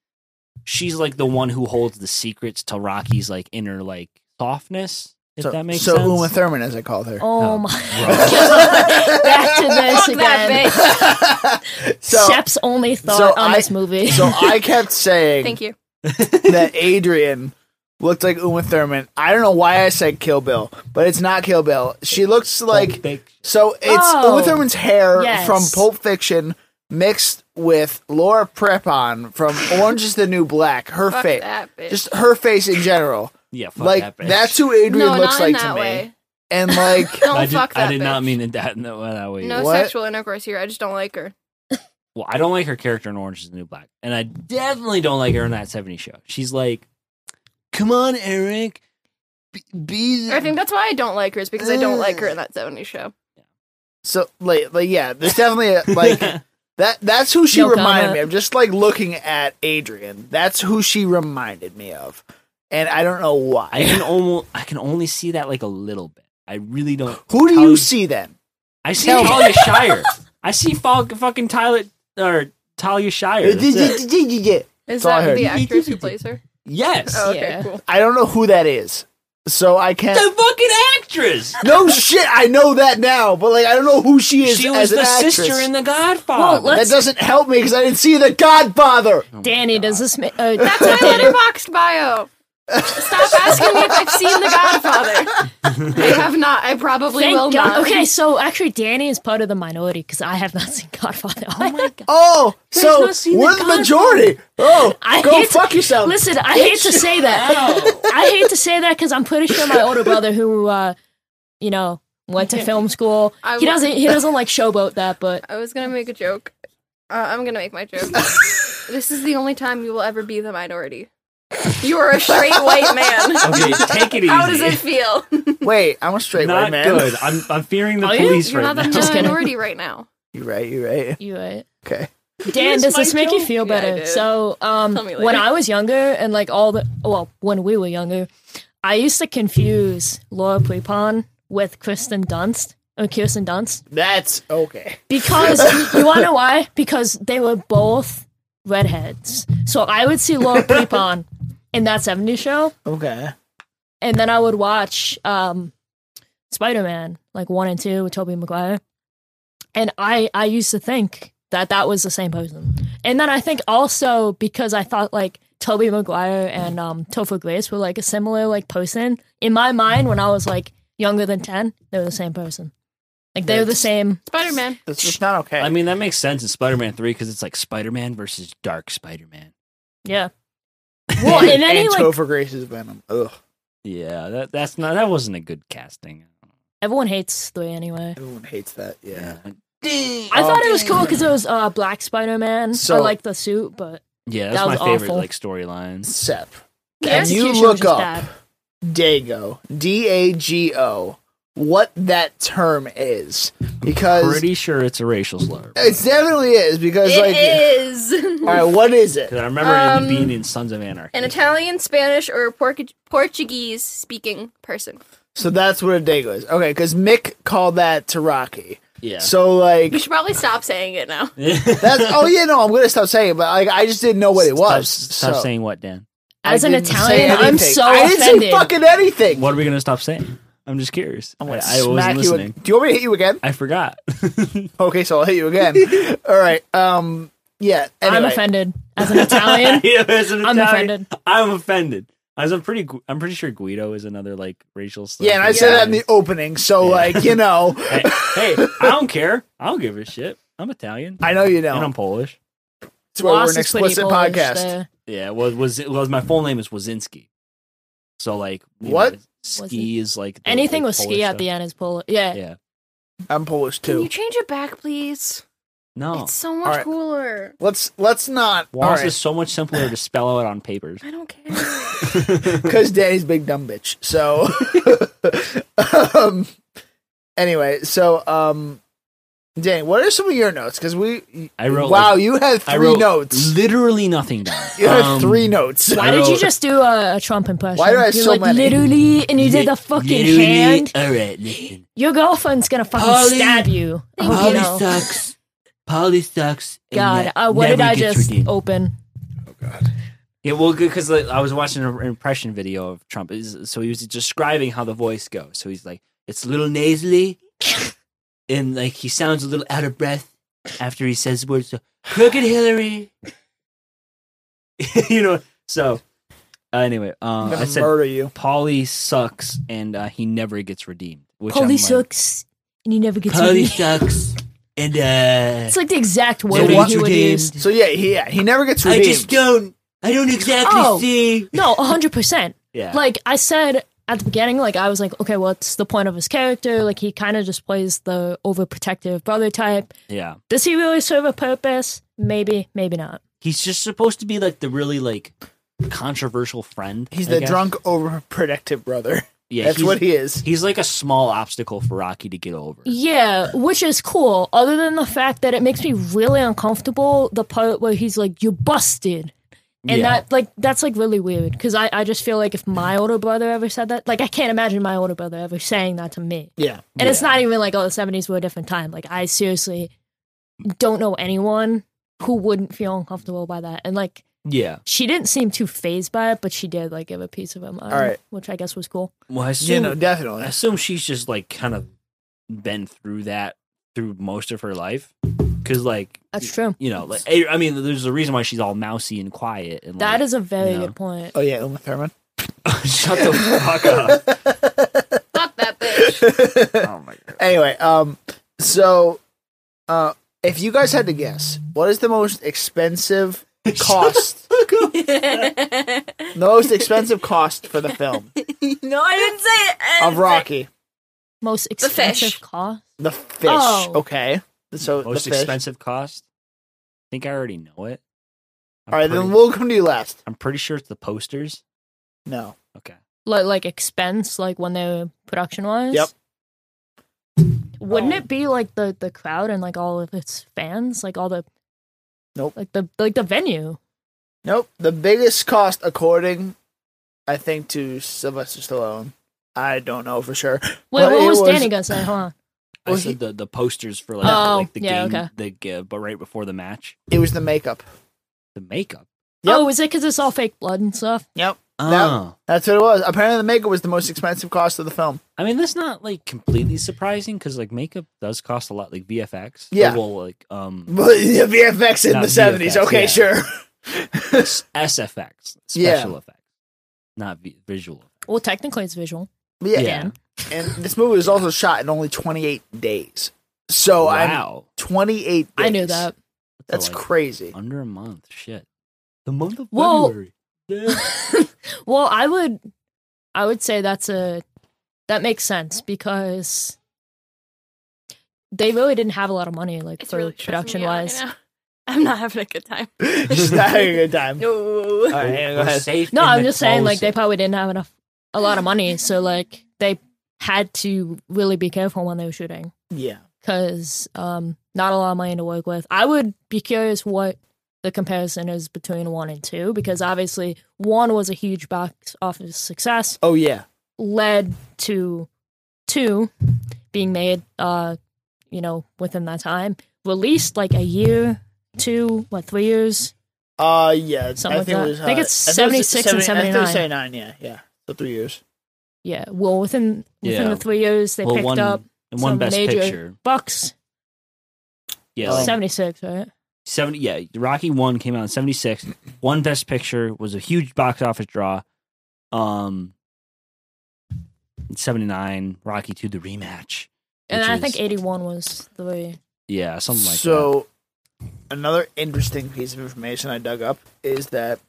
Speaker 3: she's like the one who holds the secrets to Rocky's like inner like softness. If
Speaker 2: so,
Speaker 3: that makes
Speaker 2: so
Speaker 3: sense.
Speaker 2: Uma Thurman, as I called her.
Speaker 4: Oh,
Speaker 3: Oh,
Speaker 4: my
Speaker 3: gross.
Speaker 4: god. Back to this
Speaker 5: Fuck
Speaker 4: again.
Speaker 5: that bitch.
Speaker 2: so,
Speaker 4: Shep's only thought
Speaker 2: so
Speaker 4: on
Speaker 2: I-
Speaker 4: this movie.
Speaker 2: so I kept saying
Speaker 5: Thank you.
Speaker 2: that Adrian looked like Uma Thurman. I don't know why I said Kill Bill, but it's not Kill Bill. She looks like
Speaker 3: Big-
Speaker 2: So it's
Speaker 4: Oh.
Speaker 2: Uma Thurman's hair
Speaker 4: Yes.
Speaker 2: from Pulp Fiction mixed with Laura Prepon from Orange is the New Black. Her
Speaker 5: Fuck
Speaker 2: face,
Speaker 5: that bitch.
Speaker 2: just her face in general.
Speaker 3: yeah, fuck
Speaker 2: like
Speaker 3: that bitch.
Speaker 2: that's who Adrian
Speaker 5: no,
Speaker 2: looks
Speaker 5: not in
Speaker 2: like
Speaker 5: that
Speaker 2: to me.
Speaker 5: way.
Speaker 2: And like,
Speaker 5: Don't
Speaker 3: I did,
Speaker 5: fuck that
Speaker 3: I did not
Speaker 5: bitch.
Speaker 3: mean it that no that way.
Speaker 5: no
Speaker 2: What?
Speaker 5: sexual intercourse here. I just don't like her.
Speaker 3: Well, I don't like her character in Orange is the New Black, and I definitely don't like her in that '70s show. She's like, "Come on, Eric, be, be the-
Speaker 5: I think that's why I don't like her is because I don't like
Speaker 2: Mm.
Speaker 5: her in that 70s show.
Speaker 2: so like, like yeah, there's definitely a, like that. That's who she
Speaker 4: Yoko
Speaker 2: reminded
Speaker 4: Ono.
Speaker 2: me. of. just like looking at Adrian. That's who she reminded me of, and I don't know
Speaker 3: I
Speaker 2: why.
Speaker 3: can almost I can only see that like a little bit. I really don't.
Speaker 2: Who do
Speaker 3: Tell-
Speaker 2: you see then?
Speaker 3: I see
Speaker 2: Tell me.
Speaker 3: Talia Shire. I see fo- fucking Tyler or Talia Shire. That's it.
Speaker 2: I
Speaker 5: Is
Speaker 2: That's all I
Speaker 5: that
Speaker 2: heard.
Speaker 5: the actress who plays her?
Speaker 3: Yes,
Speaker 5: Oh, okay,
Speaker 4: Yeah.
Speaker 5: cool.
Speaker 2: don't know who that is. So I can't.
Speaker 3: the fucking actress.
Speaker 2: No shit, I know that now, but like I don't know who she is.
Speaker 3: She
Speaker 2: as
Speaker 3: was
Speaker 2: an
Speaker 3: the
Speaker 2: actress.
Speaker 3: sister in The
Speaker 4: well,
Speaker 2: That
Speaker 3: Godfather.
Speaker 4: Oh, let's,
Speaker 2: doesn't help me because I didn't see The Godfather.
Speaker 4: Danny, does this make. Uh,
Speaker 5: That's my letterboxed bio. Stop asking me if I've seen The Godfather. I have not. I probably
Speaker 4: Thank
Speaker 5: will
Speaker 4: God.
Speaker 5: not.
Speaker 4: Okay, so actually, Danny is part of the minority because I have not seen Godfather. Oh my god!
Speaker 2: Oh, so
Speaker 4: not seen
Speaker 2: we're
Speaker 4: The
Speaker 2: the,
Speaker 4: Godfather.
Speaker 2: majority. Oh,
Speaker 4: I
Speaker 2: go
Speaker 4: hate to-
Speaker 2: fuck
Speaker 5: Oh,
Speaker 2: yourself.
Speaker 4: Listen, I hate to say that. I hate to say that because I'm pretty sure my older brother, who uh, you know, went to film school,
Speaker 5: I
Speaker 4: he
Speaker 5: will-
Speaker 4: doesn't he doesn't like showboat that, but
Speaker 5: I was gonna make a joke. Uh, I'm gonna make my joke. this is the only time you will ever be the minority. You are a straight white man.
Speaker 3: okay, take it easy.
Speaker 5: How does it feel?
Speaker 2: Wait, I'm a straight
Speaker 3: Not
Speaker 2: white man.
Speaker 3: good. I'm I'm fearing the
Speaker 4: Are you?
Speaker 3: police
Speaker 5: Oh, You're not
Speaker 3: right
Speaker 5: the
Speaker 3: now.
Speaker 4: Just kidding.
Speaker 5: minority right now.
Speaker 2: You're right. You're right.
Speaker 4: you right.
Speaker 2: Okay.
Speaker 4: Dan, does this make you feel
Speaker 5: Yeah, I
Speaker 4: better?
Speaker 5: did.
Speaker 4: so, um,
Speaker 5: Tell me later.
Speaker 4: when I was younger, and like all the well, when we were younger, I used to confuse Laura Prepon with Kristen Dunst or Kirsten Dunst
Speaker 2: That's okay.
Speaker 4: because you want to know why? Because they were both redheads. So I would see Laura Prepon in that '70s show,
Speaker 2: Okay.
Speaker 4: and then I would watch um, Spider Man, like one and two with Tobey Maguire. And I, I used to think that that was the same person. And then I think also because I thought like Tobey Maguire and um, Topher Grace were like a similar like person. In my mind, when I was like younger than 10, they were the same person. Like they were the same.
Speaker 5: Spider Man.
Speaker 2: That's just not okay.
Speaker 3: I mean, that makes sense in Spider-Man Three because it's like Spider-Man versus Dark Spider-Man.
Speaker 4: Yeah. Well, and
Speaker 2: and
Speaker 4: any like,
Speaker 2: Topher Grace's Venom. Ugh.
Speaker 3: Yeah, that that's not that wasn't a good casting.
Speaker 4: everyone hates three anyway.
Speaker 2: Everyone hates that. Yeah.
Speaker 4: I
Speaker 2: Oh,
Speaker 4: thought it was cool because it was uh, Black Spider Man. I
Speaker 2: So-
Speaker 4: like the suit, but
Speaker 3: Yeah,
Speaker 4: That
Speaker 3: that's my
Speaker 4: was
Speaker 3: favorite
Speaker 4: awful.
Speaker 3: like storylines.
Speaker 2: Sep.
Speaker 4: the
Speaker 2: Can you
Speaker 4: execution was
Speaker 2: look
Speaker 4: just
Speaker 2: up
Speaker 4: bad.
Speaker 2: Dago? D A G O. What that term is? Because
Speaker 3: Pretty sure it's a racial slur.
Speaker 2: It definitely is because
Speaker 5: It
Speaker 2: like
Speaker 5: is
Speaker 2: all right, what is it?
Speaker 3: Because I remember
Speaker 5: Um,
Speaker 3: it being in Sons of Anarchy.
Speaker 5: an Italian, Spanish, or Porcu- Portuguese speaking person.
Speaker 2: So that's what a dago is. Okay, because Mick called that to Rocky.
Speaker 3: yeah.
Speaker 2: So like
Speaker 5: You should probably stop saying it now.
Speaker 2: that's oh yeah no I'm gonna stop saying it, but like I just didn't know what it was.
Speaker 3: Stop, stop
Speaker 2: so
Speaker 3: saying what, Dan?
Speaker 2: I
Speaker 4: As an
Speaker 2: didn't say
Speaker 4: Italian, I'm
Speaker 2: anything.
Speaker 4: so
Speaker 2: I didn't
Speaker 4: offended.
Speaker 2: say fucking anything.
Speaker 3: What are we gonna stop saying? I'm just curious.
Speaker 2: I'm
Speaker 3: I,
Speaker 2: gonna
Speaker 3: I wasn't
Speaker 2: smack you.
Speaker 3: listening.
Speaker 2: ag- Do you want me to hit you again?
Speaker 3: I forgot.
Speaker 2: Okay, so I'll hit you again. all right. Um. Yeah. Anyway.
Speaker 4: I'm offended. As an Italian,
Speaker 3: Yeah, as an
Speaker 4: I'm
Speaker 3: Italian,
Speaker 4: offended.
Speaker 3: I'm offended. As I'm pretty. gu- I'm pretty sure Guido is another like racial slur.
Speaker 2: Yeah, and I said that in the opening, so
Speaker 3: Yeah.
Speaker 2: like you know,
Speaker 3: hey, hey, I don't care. I don't give a shit. I'm Italian
Speaker 2: I know you
Speaker 3: and
Speaker 2: know.
Speaker 3: I'm Polish.
Speaker 2: That's why we're
Speaker 4: Ross
Speaker 2: an
Speaker 4: is pretty
Speaker 2: explicit
Speaker 4: Polish
Speaker 2: podcast.
Speaker 4: there.
Speaker 3: Yeah, was was was my full name is Wazinski. So like you
Speaker 2: What?
Speaker 3: know, ski is like the-
Speaker 4: Anything
Speaker 3: the
Speaker 4: with ski
Speaker 3: Polish
Speaker 4: at
Speaker 3: stuff.
Speaker 4: the end is Polish. Yeah.
Speaker 3: Yeah.
Speaker 2: I'm Polish
Speaker 5: Can you
Speaker 2: too.
Speaker 5: change it back, please?
Speaker 3: No,
Speaker 5: It's so
Speaker 2: All
Speaker 5: much
Speaker 2: right.
Speaker 5: cooler.
Speaker 2: Let's let's not.
Speaker 3: Wash
Speaker 2: all right.
Speaker 3: is so much simpler to spell out on papers.
Speaker 5: I don't care.
Speaker 2: because daddy's big dumb bitch so um anyway so um Dan, what are some of your notes? Because we,
Speaker 3: I wrote,
Speaker 2: wow,
Speaker 3: like-
Speaker 2: you had three
Speaker 3: I wrote
Speaker 2: notes.
Speaker 3: literally nothing down.
Speaker 2: You had
Speaker 3: Um,
Speaker 2: three notes.
Speaker 4: Why did you
Speaker 3: wrote-
Speaker 4: just do a, a Trump impression?
Speaker 2: Why do I have
Speaker 4: You're
Speaker 2: so
Speaker 4: like
Speaker 2: many?
Speaker 4: literally, and you did
Speaker 3: li-
Speaker 4: the fucking
Speaker 3: literally-
Speaker 4: hand.
Speaker 3: All right, listen.
Speaker 4: Your girlfriend's gonna fucking
Speaker 3: Polly-
Speaker 4: stab you. Oh, you
Speaker 3: Polly
Speaker 4: know.
Speaker 3: sucks. Polly sucks. and
Speaker 4: God,
Speaker 3: that
Speaker 4: uh, what did
Speaker 3: never
Speaker 4: I
Speaker 3: gets
Speaker 4: just
Speaker 3: redeemed.
Speaker 4: open?
Speaker 3: Yeah, well, because like, I was watching an impression video of Trump, It's- so he was describing how the voice goes. So he's like, it's a little nasally, and like he sounds a little out of breath after he says words. So, Crooked Hillary, you know. So uh, anyway,
Speaker 2: I'm
Speaker 3: um,
Speaker 2: gonna
Speaker 3: I said
Speaker 2: murder you.
Speaker 3: Polly sucks, and uh, he never gets redeemed. Which I'm
Speaker 4: Polly
Speaker 3: like,
Speaker 4: sucks, and you never get to
Speaker 3: Polly
Speaker 4: read.
Speaker 3: sucks, and uh,
Speaker 4: It's like the exact
Speaker 3: never
Speaker 4: word
Speaker 2: what
Speaker 3: gets
Speaker 4: he would use.
Speaker 3: redeemed.
Speaker 2: So yeah, he yeah, he never gets
Speaker 3: I
Speaker 2: redeemed.
Speaker 3: just don't. I don't exactly
Speaker 4: Oh.
Speaker 3: see.
Speaker 4: No, hundred percent.
Speaker 3: Yeah.
Speaker 4: Like I said at the beginning, like I was like, okay, what's the point of his character? Like he kind of just plays the overprotective brother type.
Speaker 3: yeah.
Speaker 4: Does he really serve a purpose? Maybe, maybe not.
Speaker 3: He's just supposed to be like the really like controversial friend.
Speaker 2: he's
Speaker 3: I
Speaker 2: the
Speaker 3: guess.
Speaker 2: drunk, overprotective brother.
Speaker 3: Yeah,
Speaker 2: That's
Speaker 3: he's,
Speaker 2: what he is.
Speaker 3: He's like a small obstacle for Rocky to get over.
Speaker 4: Yeah, which is cool. Other than the fact that it makes me really uncomfortable, the part where he's like, "You busted," and
Speaker 3: Yeah.
Speaker 4: that like that's like really weird because I I just feel like if my older brother ever said that, like I can't imagine my older brother ever saying that to me.
Speaker 2: Yeah.
Speaker 4: And it's not even like oh, the seventies were a different time. Like I seriously don't know anyone who wouldn't feel uncomfortable by that. And like
Speaker 3: Yeah.
Speaker 4: she didn't seem too phased by it, but she did like give a piece of her mind,
Speaker 2: All right.
Speaker 4: which I guess was cool.
Speaker 3: Well, I assume,
Speaker 2: You know, definitely.
Speaker 3: I assume she's just like kind of been through that through most of her life, because like
Speaker 4: That's true.
Speaker 3: you know, like I I mean, there's a reason why she's all mousy and quiet. And
Speaker 4: That
Speaker 3: like,
Speaker 4: is a very
Speaker 3: No.
Speaker 4: good point.
Speaker 2: Oh yeah, Uma Thurman.
Speaker 3: shut the fuck up.
Speaker 5: Fuck that bitch.
Speaker 3: Oh my god.
Speaker 2: Anyway, um, so, uh, if you guys had to guess, what is the most expensive cost? the most expensive cost for the film
Speaker 5: no, I didn't say it. I
Speaker 2: of
Speaker 5: didn't say
Speaker 2: Rocky?
Speaker 4: Most expensive
Speaker 5: fish.
Speaker 4: cost.
Speaker 2: The fish.
Speaker 4: Oh.
Speaker 2: Okay. So
Speaker 3: Most
Speaker 2: the fish.
Speaker 3: expensive cost. I think I already know it. I'm
Speaker 2: All right,
Speaker 3: pretty-
Speaker 2: then we'll come to you last.
Speaker 3: I'm pretty sure it's the posters.
Speaker 2: No.
Speaker 3: Okay.
Speaker 4: like like expense like when they were production wise
Speaker 2: Yep. Uh,
Speaker 4: wouldn't it be like the the crowd and like all of its fans like all the
Speaker 2: Nope.
Speaker 4: like the like the venue
Speaker 2: Nope. The biggest cost, according, I think, to Sylvester Stallone. I don't know for sure.
Speaker 4: wait
Speaker 2: But
Speaker 4: what
Speaker 2: it
Speaker 4: was,
Speaker 2: was-
Speaker 4: danny gonna say hold on
Speaker 3: I
Speaker 2: Well,
Speaker 3: said
Speaker 2: he-
Speaker 3: the, the posters for like,
Speaker 4: Oh,
Speaker 3: like the
Speaker 4: yeah,
Speaker 3: game, the uh, but right before the match,
Speaker 2: It was the makeup.
Speaker 3: the makeup.
Speaker 2: Yep.
Speaker 4: oh is it because it's all fake blood and stuff
Speaker 2: Yep. That's what it was. Apparently, the makeup was the most expensive cost of the film.
Speaker 3: I mean that's not like completely surprising because like makeup does cost a lot, like VFX.
Speaker 2: Yeah.
Speaker 3: well, like um
Speaker 2: But the VFX in
Speaker 3: Not
Speaker 2: the seventies.
Speaker 3: VFX,
Speaker 2: Okay,
Speaker 3: yeah.
Speaker 2: sure.
Speaker 3: SFX
Speaker 2: Yeah.
Speaker 3: special effects, not v- visual.
Speaker 4: well technically it's visual
Speaker 2: But yeah.
Speaker 3: Yeah.
Speaker 2: And this movie was also shot in only twenty eight days. So Oh, I'm
Speaker 3: wow,
Speaker 2: twenty eight.
Speaker 4: i knew that
Speaker 2: That's
Speaker 3: So, like,
Speaker 2: crazy.
Speaker 3: Under a month, shit. The month of
Speaker 4: Well-
Speaker 3: February. Yeah.
Speaker 4: well i would i would say that's a that makes sense because they really didn't have a lot of money like
Speaker 5: It's
Speaker 4: for
Speaker 5: really stressing me out
Speaker 4: production wise
Speaker 5: right now. I'm not having a good time.
Speaker 2: She's not having a good time.
Speaker 5: No.
Speaker 2: All right, yeah, go
Speaker 3: We're
Speaker 2: ahead.
Speaker 3: safe
Speaker 4: No,
Speaker 3: in
Speaker 4: I'm
Speaker 3: the
Speaker 4: just saying like they
Speaker 3: closet.
Speaker 4: probably didn't have enough a lot of money, so like they had to really be careful when they were shooting
Speaker 2: Yeah.
Speaker 4: because um, not a lot of money to work with. I would be curious what the comparison is between one and two because obviously one was a huge box office success,
Speaker 2: Oh yeah.
Speaker 4: led to two being made, uh, you know, within that time, released like a year, two, what, three years
Speaker 2: Uh yeah.
Speaker 4: Something
Speaker 2: I
Speaker 4: like
Speaker 2: think
Speaker 4: that.
Speaker 2: It was,
Speaker 4: I think
Speaker 2: uh,
Speaker 4: it's
Speaker 2: I think it was
Speaker 4: 76 and
Speaker 2: 70 I think it was
Speaker 4: 79.
Speaker 2: 79, yeah, yeah. So three years.
Speaker 4: Yeah, well, within within
Speaker 3: Yeah.
Speaker 4: the three years, they
Speaker 3: Well,
Speaker 4: picked
Speaker 3: one-
Speaker 4: up
Speaker 3: and one
Speaker 4: some
Speaker 3: best
Speaker 4: major
Speaker 3: picture.
Speaker 4: bucks.
Speaker 3: Yeah,
Speaker 2: Oh.
Speaker 3: like,
Speaker 4: Seventy six, right?
Speaker 3: 70 yeah rocky 1 came out in 76 one best picture was a huge box office draw um 79 rocky 2 the rematch
Speaker 4: And
Speaker 3: which
Speaker 4: I
Speaker 3: is-
Speaker 4: think eighty one was the
Speaker 3: yeah something like that
Speaker 2: so another interesting piece of information I dug up is that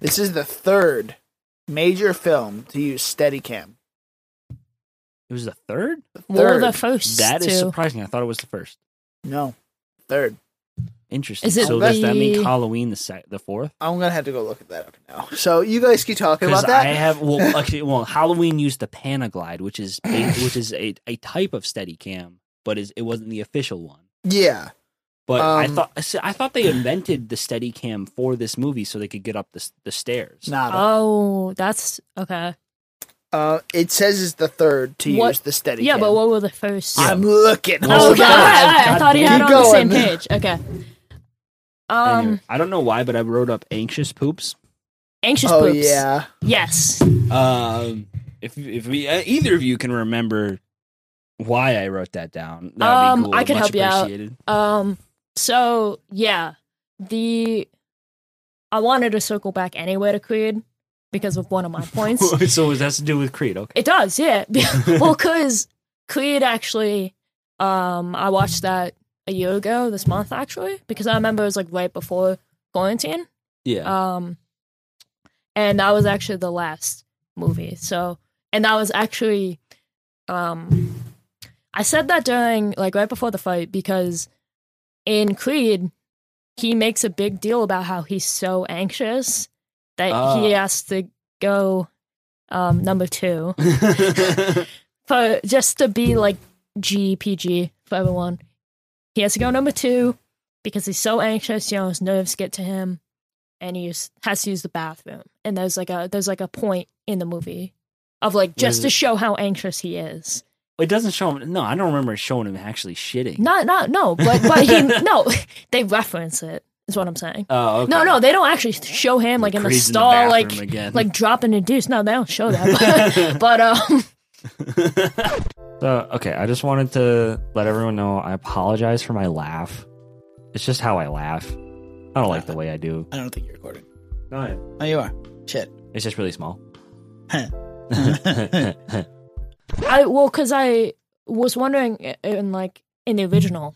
Speaker 2: this is the third major film to use Steadicam.
Speaker 3: it was the third
Speaker 4: or the
Speaker 2: Third.
Speaker 4: first
Speaker 3: that is
Speaker 4: two.
Speaker 3: surprising i thought it was the first
Speaker 2: No, third.
Speaker 3: interesting
Speaker 4: Is it
Speaker 3: so does that mean
Speaker 4: the-
Speaker 3: halloween the sec- the fourth
Speaker 2: I'm gonna have to go look at that up now. So you guys keep talking
Speaker 3: because
Speaker 2: about
Speaker 3: i
Speaker 2: that.
Speaker 3: have well actually well halloween used the panaglide which is a, which is a, a type of steady cam but is it wasn't the official one
Speaker 2: Yeah.
Speaker 3: But I
Speaker 2: Um,
Speaker 3: thought I s- I thought they invented the Steadicam for this movie so they could get up the s- the stairs.
Speaker 2: Nada.
Speaker 4: Oh, that's okay.
Speaker 2: Uh, it says it's the third to
Speaker 4: Oh. What-
Speaker 2: use the steady.
Speaker 4: Yeah, but what were the first?
Speaker 2: I'm looking.
Speaker 4: Oh,
Speaker 2: Hold
Speaker 4: okay.
Speaker 2: on.
Speaker 4: alright, alright, I thought he had
Speaker 2: Keep
Speaker 4: it on the same
Speaker 2: going.
Speaker 4: page. Okay. Um,
Speaker 3: Anyway, I don't know why, but I wrote up anxious poops.
Speaker 4: anxious
Speaker 2: Oh
Speaker 4: poops.
Speaker 2: yeah.
Speaker 4: Yes.
Speaker 3: Um, if if we, uh, either of you can remember why I wrote that down, that would
Speaker 4: Um,
Speaker 3: be cool.
Speaker 4: I could
Speaker 3: Much
Speaker 4: help you out.
Speaker 3: appreciated.
Speaker 4: Um. So yeah, the I wanted to circle back anyway to Creed because of one of my points.
Speaker 3: so it has to do with Creed. Okay.
Speaker 4: It does, yeah. well, because Creed actually, um, I watched that a year ago this month actually because I remember it was like right before quarantine.
Speaker 3: Yeah.
Speaker 4: Um, and that was actually the last movie. So, and that was actually, um, I said that during like right before the fight because in Creed, he makes a big deal about how he's so anxious that he
Speaker 3: Ah.
Speaker 4: has to go um, number two for just to be like GPG for everyone. He has to go number two because he's so anxious. You know, his nerves get to him, and he just has to use the bathroom. And there's like a there's like a point in the movie of like just
Speaker 3: is
Speaker 4: to
Speaker 3: it?
Speaker 4: show how anxious he is.
Speaker 3: it doesn't show him. No, I don't remember it showing him actually shitting.
Speaker 4: Not not no, but but he no. They reference it. Is what I'm saying.
Speaker 3: Oh, okay.
Speaker 4: No no, they don't actually show him like in the
Speaker 3: Creed's
Speaker 4: stall like
Speaker 3: bathroom again.
Speaker 4: like dropping a deuce. No, they don't show that. But, but um.
Speaker 3: Uh, okay, I just wanted to let everyone know I apologize for my laugh. It's just how I laugh. I don't like the way I do.
Speaker 2: I don't think you're recording.
Speaker 3: No,
Speaker 2: Oh, you are. Shit.
Speaker 3: it's just really small.
Speaker 4: I well, because I was wondering i- in like in the original,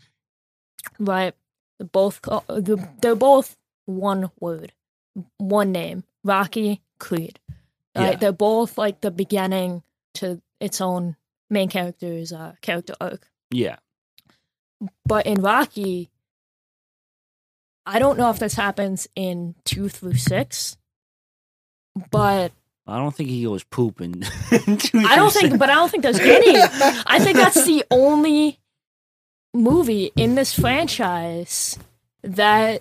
Speaker 4: right? Both co- the- they're both one word, one name, Rocky Creed. Right?
Speaker 3: Yeah.
Speaker 4: They're both like the beginning to its own main character's uh, character arc.
Speaker 3: yeah.
Speaker 4: But in Rocky, I don't know if this happens in two through six, but
Speaker 3: I don't think he goes pooping.
Speaker 4: I don't think, but I don't think there's any. I think that's the only movie in this franchise that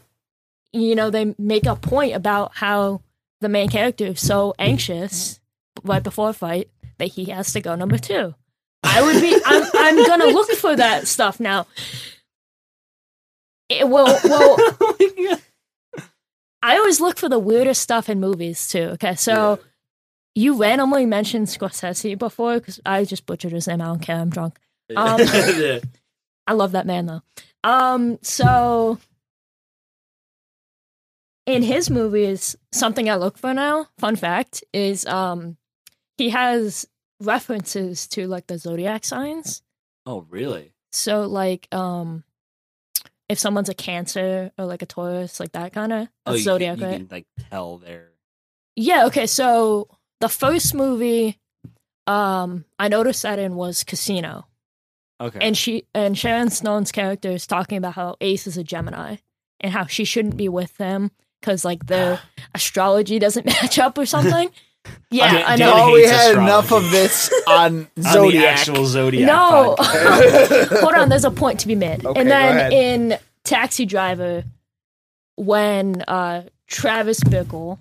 Speaker 4: you know they make a point about how the main character is so anxious right before a fight that he has to go number two. I would be. I'm, I'm gonna look for that stuff now. It, well, well, I always look for the weirdest stuff in movies too. Okay, so you randomly mentioned Scorsese before because I just butchered his name. I don't care. I'm drunk. Um, I love that man though. Um, so in his movies, something I look for now, fun fact, is um he has references to like the zodiac signs.
Speaker 3: oh, really?
Speaker 4: So like um if someone's a cancer or like a Taurus, like that kind of
Speaker 3: Oh, you
Speaker 4: zodiac,
Speaker 3: can, you
Speaker 4: right?
Speaker 3: can like tell there.
Speaker 4: Yeah, okay, so the first movie um I noticed that in was Casino.
Speaker 3: Okay.
Speaker 4: And she and Sharon Stone's character is talking about how Ace is a Gemini and how she shouldn't be with them because like their
Speaker 2: Ah.
Speaker 4: astrology doesn't match up or something. Yeah,
Speaker 3: Okay,
Speaker 4: I
Speaker 3: do you
Speaker 4: know.
Speaker 3: like-
Speaker 2: Oh, we
Speaker 3: hates
Speaker 2: had
Speaker 3: astrology.
Speaker 2: enough of this on
Speaker 3: On the
Speaker 2: Zodiac.
Speaker 3: actual Zodiac.
Speaker 4: No,
Speaker 3: podcast.
Speaker 4: hold on. There's a point to be made.
Speaker 2: Okay,
Speaker 4: and
Speaker 2: go
Speaker 4: then
Speaker 2: ahead.
Speaker 4: in Taxi Driver, when uh, Travis Bickle,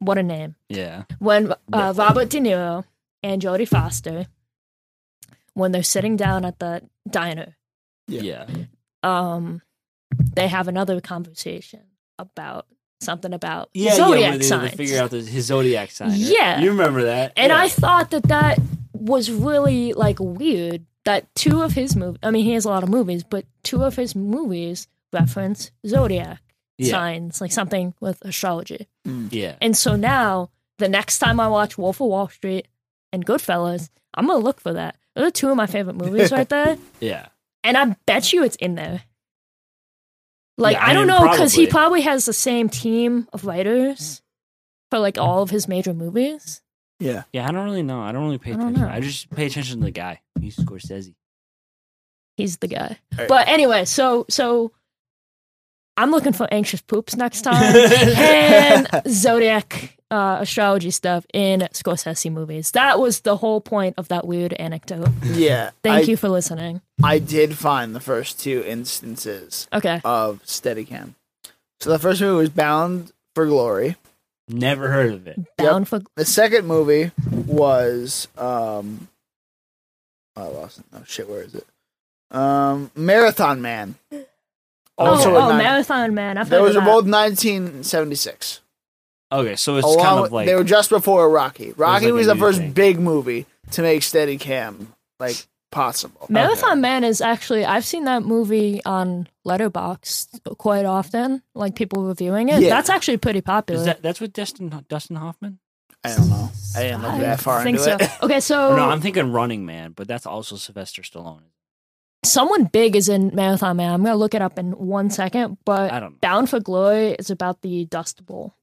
Speaker 4: what a name.
Speaker 3: Yeah.
Speaker 4: when uh, Robert De Niro and Jodie Foster, when they're sitting down at the diner,
Speaker 2: Yeah.
Speaker 3: Yeah.
Speaker 4: um, they have another conversation about something about
Speaker 3: Yeah. yeah,
Speaker 4: zodiac
Speaker 3: where they- they
Speaker 4: signs.
Speaker 3: figure out the, his zodiac sign. right?
Speaker 4: Yeah.
Speaker 3: You remember that?
Speaker 4: and
Speaker 3: Yeah.
Speaker 4: I thought that that was really like weird that two of his movies. I mean, he has a lot of movies, but two of his movies reference zodiac
Speaker 3: Yeah.
Speaker 4: signs, like something with astrology.
Speaker 3: Yeah.
Speaker 4: And so now, the next time I watch Wolf of Wall Street and Goodfellas, I'm gonna look for that. Those are two of my favorite movies right there,
Speaker 3: Yeah.
Speaker 4: and I bet you it's in there. Like
Speaker 3: Yeah, I
Speaker 4: I, don't
Speaker 3: mean,
Speaker 4: know because he
Speaker 3: probably. Mm.
Speaker 4: probably has the same team of writers for like all of his major movies.
Speaker 2: Yeah.
Speaker 3: Yeah. I don't really know. I don't really pay
Speaker 4: I don't
Speaker 3: attention.
Speaker 4: know.
Speaker 3: I just pay attention to the guy. He's Scorsese.
Speaker 4: He's the guy.
Speaker 2: Alright.
Speaker 4: But anyway, so so I'm looking for anxious poops next time and zodiac uh, astrology stuff in Scorsese movies. That was the whole point of that weird anecdote.
Speaker 2: Yeah.
Speaker 4: Thank
Speaker 2: I,
Speaker 4: you for listening.
Speaker 2: I did find the first two instances
Speaker 4: Okay.
Speaker 2: of Steadicam. So the first movie was Bound for Glory.
Speaker 3: Never heard of it.
Speaker 4: Bound for
Speaker 2: The second movie was um I lost it. Oh shit, where is it? Um Marathon Man. Also
Speaker 4: oh,
Speaker 2: a
Speaker 4: oh,
Speaker 2: nine-
Speaker 4: Marathon Man. I've heard
Speaker 2: those
Speaker 4: of
Speaker 2: are
Speaker 4: that.
Speaker 2: both 1976.
Speaker 3: Okay, so it's
Speaker 2: Along
Speaker 3: kind
Speaker 2: with-
Speaker 3: of like
Speaker 2: they were just before Rocky. Rocky
Speaker 3: like a
Speaker 2: was the
Speaker 3: new
Speaker 2: first
Speaker 3: thing.
Speaker 2: big movie to make Steadicam like possible.
Speaker 4: Marathon Man is actually I've seen that movie on Letterbox quite often, like people reviewing it.
Speaker 2: Yeah.
Speaker 4: That's actually pretty popular.
Speaker 3: is that that's with Dustin Dustin Hoffman?
Speaker 2: I don't know. I didn't look that far
Speaker 4: think
Speaker 2: into
Speaker 4: so.
Speaker 2: it.
Speaker 4: Okay, so
Speaker 3: Or Oh, no, I'm thinking Running Man, but that's also Sylvester Stallone.
Speaker 4: someone big is in Marathon Man. I'm gonna look it up in one second, but
Speaker 3: I don't know.
Speaker 4: Bound for Glory is about the Dust Bowl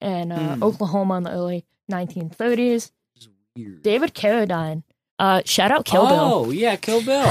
Speaker 4: in uh,
Speaker 2: Hmm.
Speaker 4: Oklahoma in the early 1930s.
Speaker 3: It's weird.
Speaker 4: David Carradine, uh, shout out Kill Bill.
Speaker 3: Oh yeah, Kill Bill.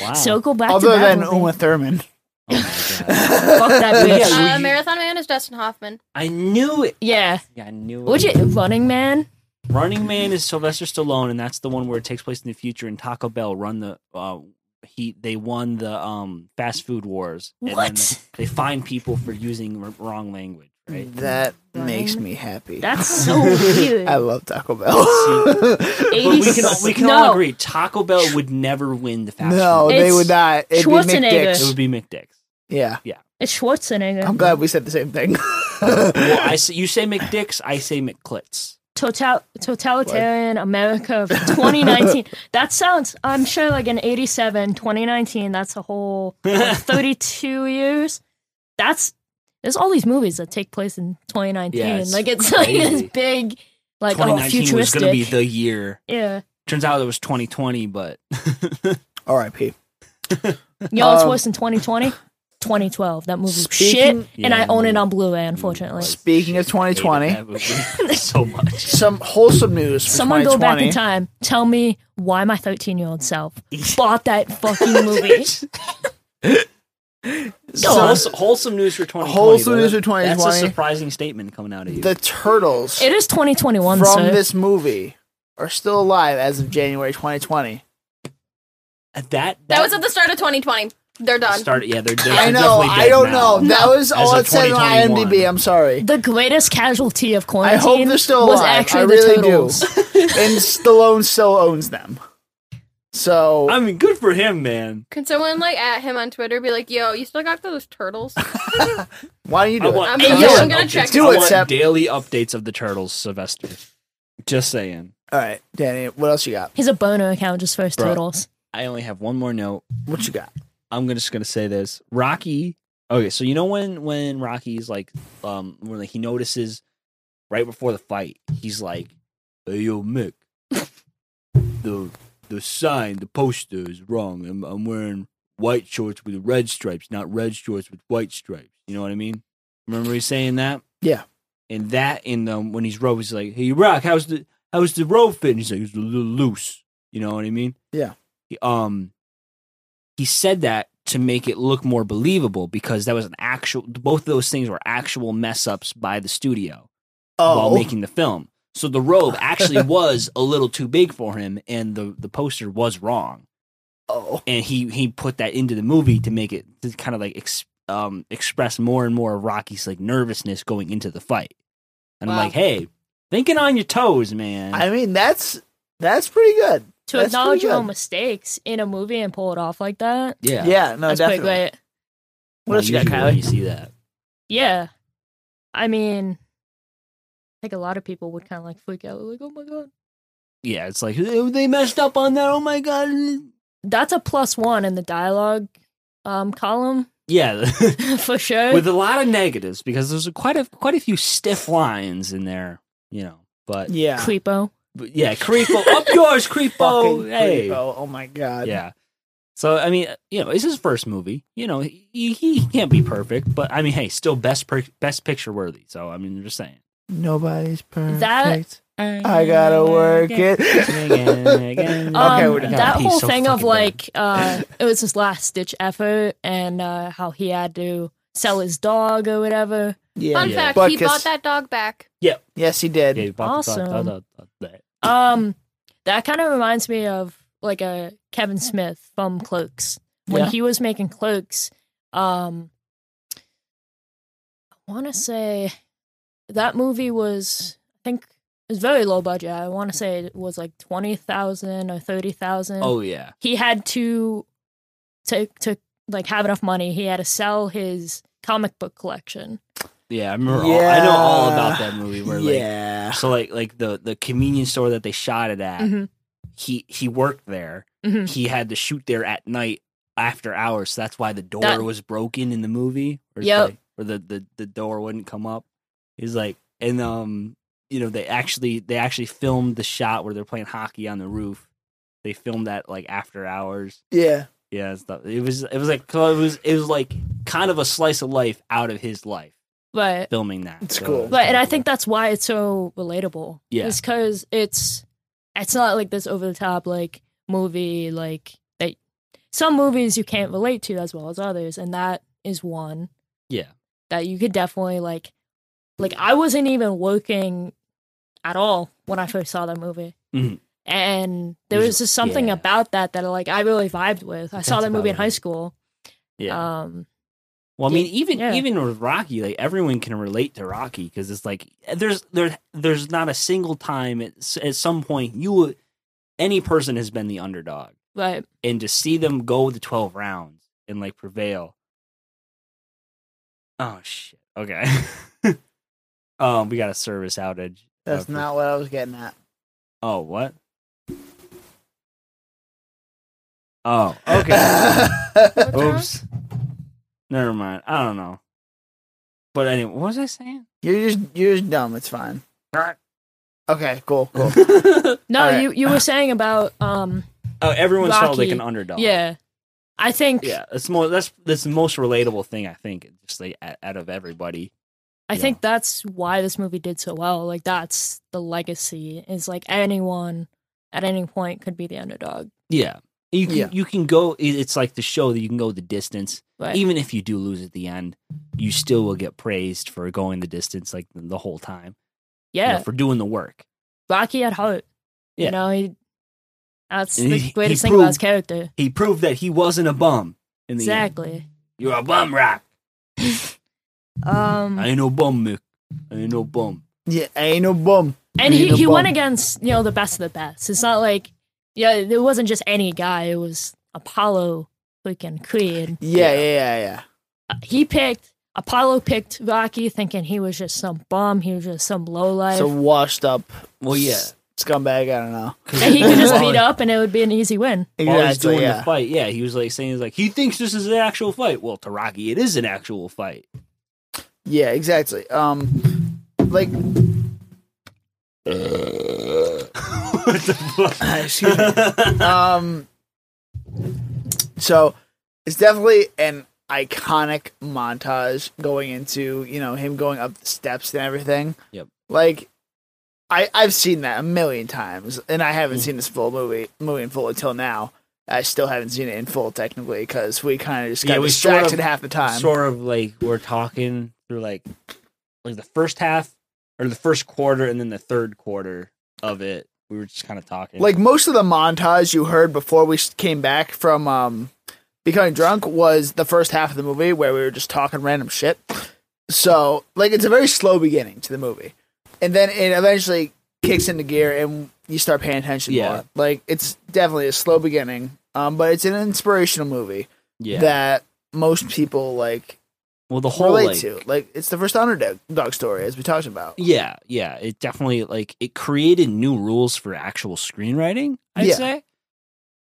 Speaker 3: wow.
Speaker 4: So go back
Speaker 2: Other
Speaker 4: to that
Speaker 2: than
Speaker 4: movie.
Speaker 2: Uma Thurman.
Speaker 3: Oh my God.
Speaker 4: Fuck that bitch.
Speaker 3: Yeah,
Speaker 5: Uh,
Speaker 3: we-
Speaker 5: Marathon Man is Dustin Hoffman.
Speaker 3: I knew it.
Speaker 4: Yeah,
Speaker 3: Yeah, I knew it.
Speaker 4: which is Running Man.
Speaker 3: Running Man is Sylvester Stallone, and that's the one where it takes place in the future. And Taco Bell run the uh, he they won the um fast food wars. And then
Speaker 4: What? Mm.
Speaker 3: they find people for using r- wrong language. Right?
Speaker 2: That makes me happy.
Speaker 4: That's so weird.
Speaker 2: I love Taco Bell.
Speaker 3: But we
Speaker 4: 80s
Speaker 3: can we can
Speaker 4: no.
Speaker 3: all agree Taco Bell would never win the fast
Speaker 2: no,
Speaker 3: food.
Speaker 2: they
Speaker 4: It's
Speaker 2: would not. It'd be
Speaker 4: Schwarzenegger.
Speaker 2: McDicks.
Speaker 3: It would be McDicks.
Speaker 2: Yeah.
Speaker 4: It's Schwarzenegger.
Speaker 2: I'm glad we said the same thing.
Speaker 3: Well, I say, you say McDicks, I say McClits.
Speaker 4: Total totalitarian America of 2019. that sounds. I'm sure like in 87, 2019. That's a whole like, 32 years. That's there's all these movies that take place in 2019.
Speaker 3: Yeah, it's
Speaker 4: like it's like
Speaker 3: crazy.
Speaker 4: this big, like oh,
Speaker 3: 2019 was
Speaker 4: futuristic.
Speaker 3: going to be the year.
Speaker 4: yeah,
Speaker 3: Turns out it was 2020, but
Speaker 2: R.I.P.
Speaker 4: you know it's
Speaker 2: Um,
Speaker 4: worse than 2020. 2012. That movie's
Speaker 2: Speaking-
Speaker 4: shit, and I
Speaker 3: Yeah,
Speaker 4: own it
Speaker 3: no.
Speaker 4: on Blu-ray. Unfortunately,
Speaker 2: Speaking of 2020,
Speaker 3: Hated that movie so much.
Speaker 2: some wholesome news for
Speaker 4: someone go back
Speaker 2: 2020.
Speaker 4: in time. Tell me why my 13-year-old self bought that fucking movie.
Speaker 3: So, wholesome, wholesome news for 2020.
Speaker 2: Wholesome
Speaker 3: though.
Speaker 2: news for
Speaker 3: That's a
Speaker 2: 2020.
Speaker 3: surprising statement coming out of you.
Speaker 2: The turtles
Speaker 4: It is 2021,
Speaker 2: from
Speaker 4: so
Speaker 2: this movie are still alive as of January 2020.
Speaker 3: that, that
Speaker 5: That was at the start of 2020. They're done.
Speaker 3: start. Yeah, they're, they're
Speaker 2: I know.
Speaker 3: definitely
Speaker 2: I
Speaker 3: dead
Speaker 2: don't
Speaker 3: now.
Speaker 2: know. That was all
Speaker 3: of
Speaker 2: it said on
Speaker 3: 2021.
Speaker 2: IMDb. I'm sorry.
Speaker 4: the greatest casualty of
Speaker 2: I
Speaker 4: quarantine
Speaker 2: hope they're still
Speaker 4: was
Speaker 2: alive.
Speaker 4: actually
Speaker 2: I really
Speaker 4: the turtles.
Speaker 2: do. and Stallone still owns them. So
Speaker 3: I mean, good for him, man.
Speaker 5: Can someone like at him on Twitter be like, "Yo, you still got those turtles?"
Speaker 2: why don't you
Speaker 3: I
Speaker 2: do
Speaker 3: want
Speaker 5: I'm-
Speaker 3: daily
Speaker 2: yeah, I'm
Speaker 5: gonna
Speaker 3: updates.
Speaker 5: check
Speaker 2: Do
Speaker 3: I
Speaker 2: it,
Speaker 3: want
Speaker 2: Sep.
Speaker 3: daily updates of the turtles, Sylvester. Just saying.
Speaker 2: it? All right, Danny. What else you got?
Speaker 4: He's a boner account just for his
Speaker 3: Bro.
Speaker 4: turtles.
Speaker 3: I only have one more note.
Speaker 2: What you got?
Speaker 3: I'm gonna- just gonna say this. Rocky. Okay, so you know when when Rocky's like, um, when like, he notices right before the fight, he's like, "Hey, yo, Mick, the the sign, the poster is wrong. I'm I'm wearing white shorts with red stripes, not red shorts with white stripes. You know what I mean? Remember he's saying that?
Speaker 2: Yeah.
Speaker 3: And that, and um, when he's rope, he's like, "Hey, Rock, how's the how's the rope fit?" And he's like, "It's a little loose." You know what I mean?
Speaker 2: Yeah.
Speaker 3: He- um he said that to make it look more believable because that was an actual both of those things were actual mess ups by the studio while
Speaker 2: Oh,
Speaker 3: making the film so the robe actually was a little too big for him and the the poster was wrong
Speaker 2: oh,
Speaker 3: and he he put that into the movie to make it to kind of like ex, um express more and more of Rocky's like nervousness going into the fight and I'm
Speaker 5: Wow.
Speaker 3: like hey thinking on your toes man
Speaker 2: I mean that's that's pretty good.
Speaker 4: To
Speaker 2: That's
Speaker 4: acknowledge
Speaker 2: pretty
Speaker 4: your own
Speaker 2: good.
Speaker 4: mistakes in a movie and pull it off like that.
Speaker 3: yeah
Speaker 2: Yeah, no,
Speaker 4: that's
Speaker 2: Oh, definitely.
Speaker 4: pretty great.
Speaker 2: What else you got,
Speaker 3: Unusual when you
Speaker 2: Kylie?
Speaker 3: see that
Speaker 4: Yeah. I mean, I think a lot of people would kind of like freak out, like, oh my God.
Speaker 3: yeah it's like they messed up on that oh my god
Speaker 4: That's a plus one in the dialogue um, column
Speaker 3: yeah
Speaker 4: for sure.
Speaker 3: with a lot of negatives because there's a quite a quite a few stiff lines in there, you know. But,
Speaker 2: Yeah,
Speaker 4: Creepo.
Speaker 3: but yeah, Creepo, up yours, Creepo.
Speaker 2: fucking
Speaker 3: Hey,
Speaker 2: creepo. Oh my god.
Speaker 3: yeah. So I mean, you know, it's his first movie. You know, he, he can't be perfect, but I mean, hey, still best per- best picture worthy. So I mean, I'm just saying.
Speaker 2: Nobody's perfect.
Speaker 4: That- Mm-hmm.
Speaker 2: I gotta work it. Okay,
Speaker 4: um,
Speaker 2: we're done.
Speaker 4: that
Speaker 3: He's
Speaker 4: whole
Speaker 3: so
Speaker 4: thing of
Speaker 3: fucking bad.
Speaker 4: like uh, it was his last ditch effort and uh, how he had to sell his dog or whatever.
Speaker 2: Yeah.
Speaker 5: Fun
Speaker 3: Yeah.
Speaker 5: fact: he
Speaker 2: Butkus.
Speaker 5: bought that dog back.
Speaker 2: Yes, he did.
Speaker 3: Yeah, bop, bop,
Speaker 4: Awesome.
Speaker 3: bop, bop, bop.
Speaker 4: Um, that kind of reminds me of like a Kevin Smith from Cloaks when
Speaker 2: Yeah.
Speaker 4: he was making Cloaks. Um, I want to say that movie was, I think, it was very low budget. I want to say it was like twenty thousand or thirty thousand.
Speaker 3: Oh yeah.
Speaker 4: he had to to to like have enough money. He had to sell his comic book collection.
Speaker 3: Yeah, I remember all, I know all
Speaker 2: Yeah.
Speaker 3: about that movie where like
Speaker 2: yeah.
Speaker 3: so like like the the convenience store that they shot it at,
Speaker 4: Mhm.
Speaker 3: he he worked there.
Speaker 4: Mhm.
Speaker 3: He had to shoot there at night after hours. So that's why the door
Speaker 4: That-
Speaker 3: was broken in the movie. Or, it's
Speaker 4: Yep.
Speaker 3: like- or the, the the door wouldn't come up. He's like and um you know they actually they actually filmed the shot where they're playing hockey on the roof. They filmed that like after hours.
Speaker 2: Yeah.
Speaker 3: Yeah, it's not- it was it was like it was it was like kind of a slice of life out of his life
Speaker 4: But
Speaker 3: filming that.
Speaker 2: It's cool.
Speaker 4: but and I think that's why it's so relatable.
Speaker 3: Yeah.
Speaker 4: it's because it's it's not like this over the top like movie like that. Some movies you can't relate to as well as others, and that is one
Speaker 3: yeah.
Speaker 4: that you could definitely like. Like I wasn't even working at all when I first saw that movie.
Speaker 3: Mhm.
Speaker 4: And there
Speaker 3: You're
Speaker 4: was
Speaker 3: just-
Speaker 4: just something
Speaker 3: yeah.
Speaker 4: about that that like I really vibed with. I saw
Speaker 3: That's
Speaker 4: that movie in
Speaker 3: about
Speaker 4: high
Speaker 3: it.
Speaker 4: school.
Speaker 3: Yeah.
Speaker 4: Um
Speaker 3: Well, I mean, even
Speaker 4: Yeah.
Speaker 3: even with Rocky, like everyone can relate to Rocky because it's like there's there there's not a single time at, s- at some point you would any person has been the underdog,
Speaker 4: but
Speaker 3: and to see them go the twelve rounds and like prevail. Oh shit! Okay, um, we got a service outage. uh,
Speaker 2: That's
Speaker 3: for-
Speaker 2: not what I was getting at.
Speaker 3: Oh what? Oh okay. Oops. Never mind. I don't know. But anyway, what was I saying?
Speaker 2: you're just you're just dumb. It's fine. Okay. Cool. Cool.
Speaker 4: no,
Speaker 2: All right.
Speaker 4: you you were saying about um
Speaker 3: Oh, everyone felt like
Speaker 4: Rocky.
Speaker 3: an underdog.
Speaker 4: yeah. I think
Speaker 3: Yeah. It's more that's that's the most relatable thing I think, just like a- out of everybody.
Speaker 4: I think that's why this movie did so well. Like that's the legacy is like anyone at any point could be the underdog.
Speaker 3: Yeah. You can
Speaker 2: Yeah.
Speaker 3: you can go it- it's like the show that you can go the distance.
Speaker 4: But
Speaker 3: Even if you do lose at the end, you still will get praised for going the distance like the whole time. you know,
Speaker 4: yeah,
Speaker 3: for doing the work.
Speaker 4: Rocky at heart.
Speaker 3: Yeah.
Speaker 4: You know, he that's
Speaker 3: And
Speaker 4: the
Speaker 3: he- he
Speaker 4: greatest thing about his
Speaker 3: proved-
Speaker 4: character.
Speaker 3: He proved that he wasn't a bum in the end.
Speaker 4: Exactly.
Speaker 3: You're a bum rock.
Speaker 4: Um
Speaker 3: I ain't no bum, Mick. I ain't no bum.
Speaker 2: yeah. Ain't no bum.
Speaker 4: and
Speaker 2: Ain't
Speaker 4: he,
Speaker 2: no
Speaker 4: he went
Speaker 2: bum.
Speaker 4: against you know the best of the best. It's not like yeah, it wasn't just any guy. It was Apollo freaking Creed.
Speaker 2: Yeah. Yeah. Yeah. Yeah.
Speaker 4: Uh, He picked Apollo picked Rocky, thinking he was just some bum. He was just some low life
Speaker 2: So washed up.
Speaker 3: Well, yeah.
Speaker 2: s- Scumbag. I don't know.
Speaker 4: that he could just
Speaker 3: Well,
Speaker 4: beat up, and it would be an easy win.
Speaker 3: While he's
Speaker 2: Exactly.
Speaker 3: doing the
Speaker 2: Yeah.
Speaker 3: fight, yeah, he was like saying, he's like, he thinks this is an actual fight. Well, to Rocky, it is an actual fight.
Speaker 2: Yeah. Exactly. Um. Like.
Speaker 3: what the fuck?
Speaker 2: Ah, Excuse me. um so it's definitely an iconic montage going into you know him going up the steps and everything
Speaker 3: Yep.
Speaker 2: like i i've seen that a million times and i
Speaker 3: Mm.
Speaker 2: haven't seen this full movie movie in full until now i still haven't seen it in full technically because we kind of just got
Speaker 3: Yeah, we sort of-
Speaker 2: distracted half the time
Speaker 3: Sort of like we're talking through like, like the first half or the first quarter, and then the third quarter of it. We were just kind of talking.
Speaker 2: like most of the montage you heard before we s- came back from um becoming drunk was the first half of the movie where we were just talking random shit so like it's a very slow beginning to the movie and then it eventually kicks into gear and you start paying attention
Speaker 3: Yeah.
Speaker 2: more like it's definitely a slow beginning um but it's an inspirational movie
Speaker 3: yeah.
Speaker 2: that most people like
Speaker 3: well, the whole
Speaker 2: relate
Speaker 3: like,
Speaker 2: to like it's the first underdog dog story as we talked about
Speaker 3: Yeah, yeah. It definitely like it created new rules for actual screenwriting. I'd
Speaker 2: Yeah.
Speaker 3: say.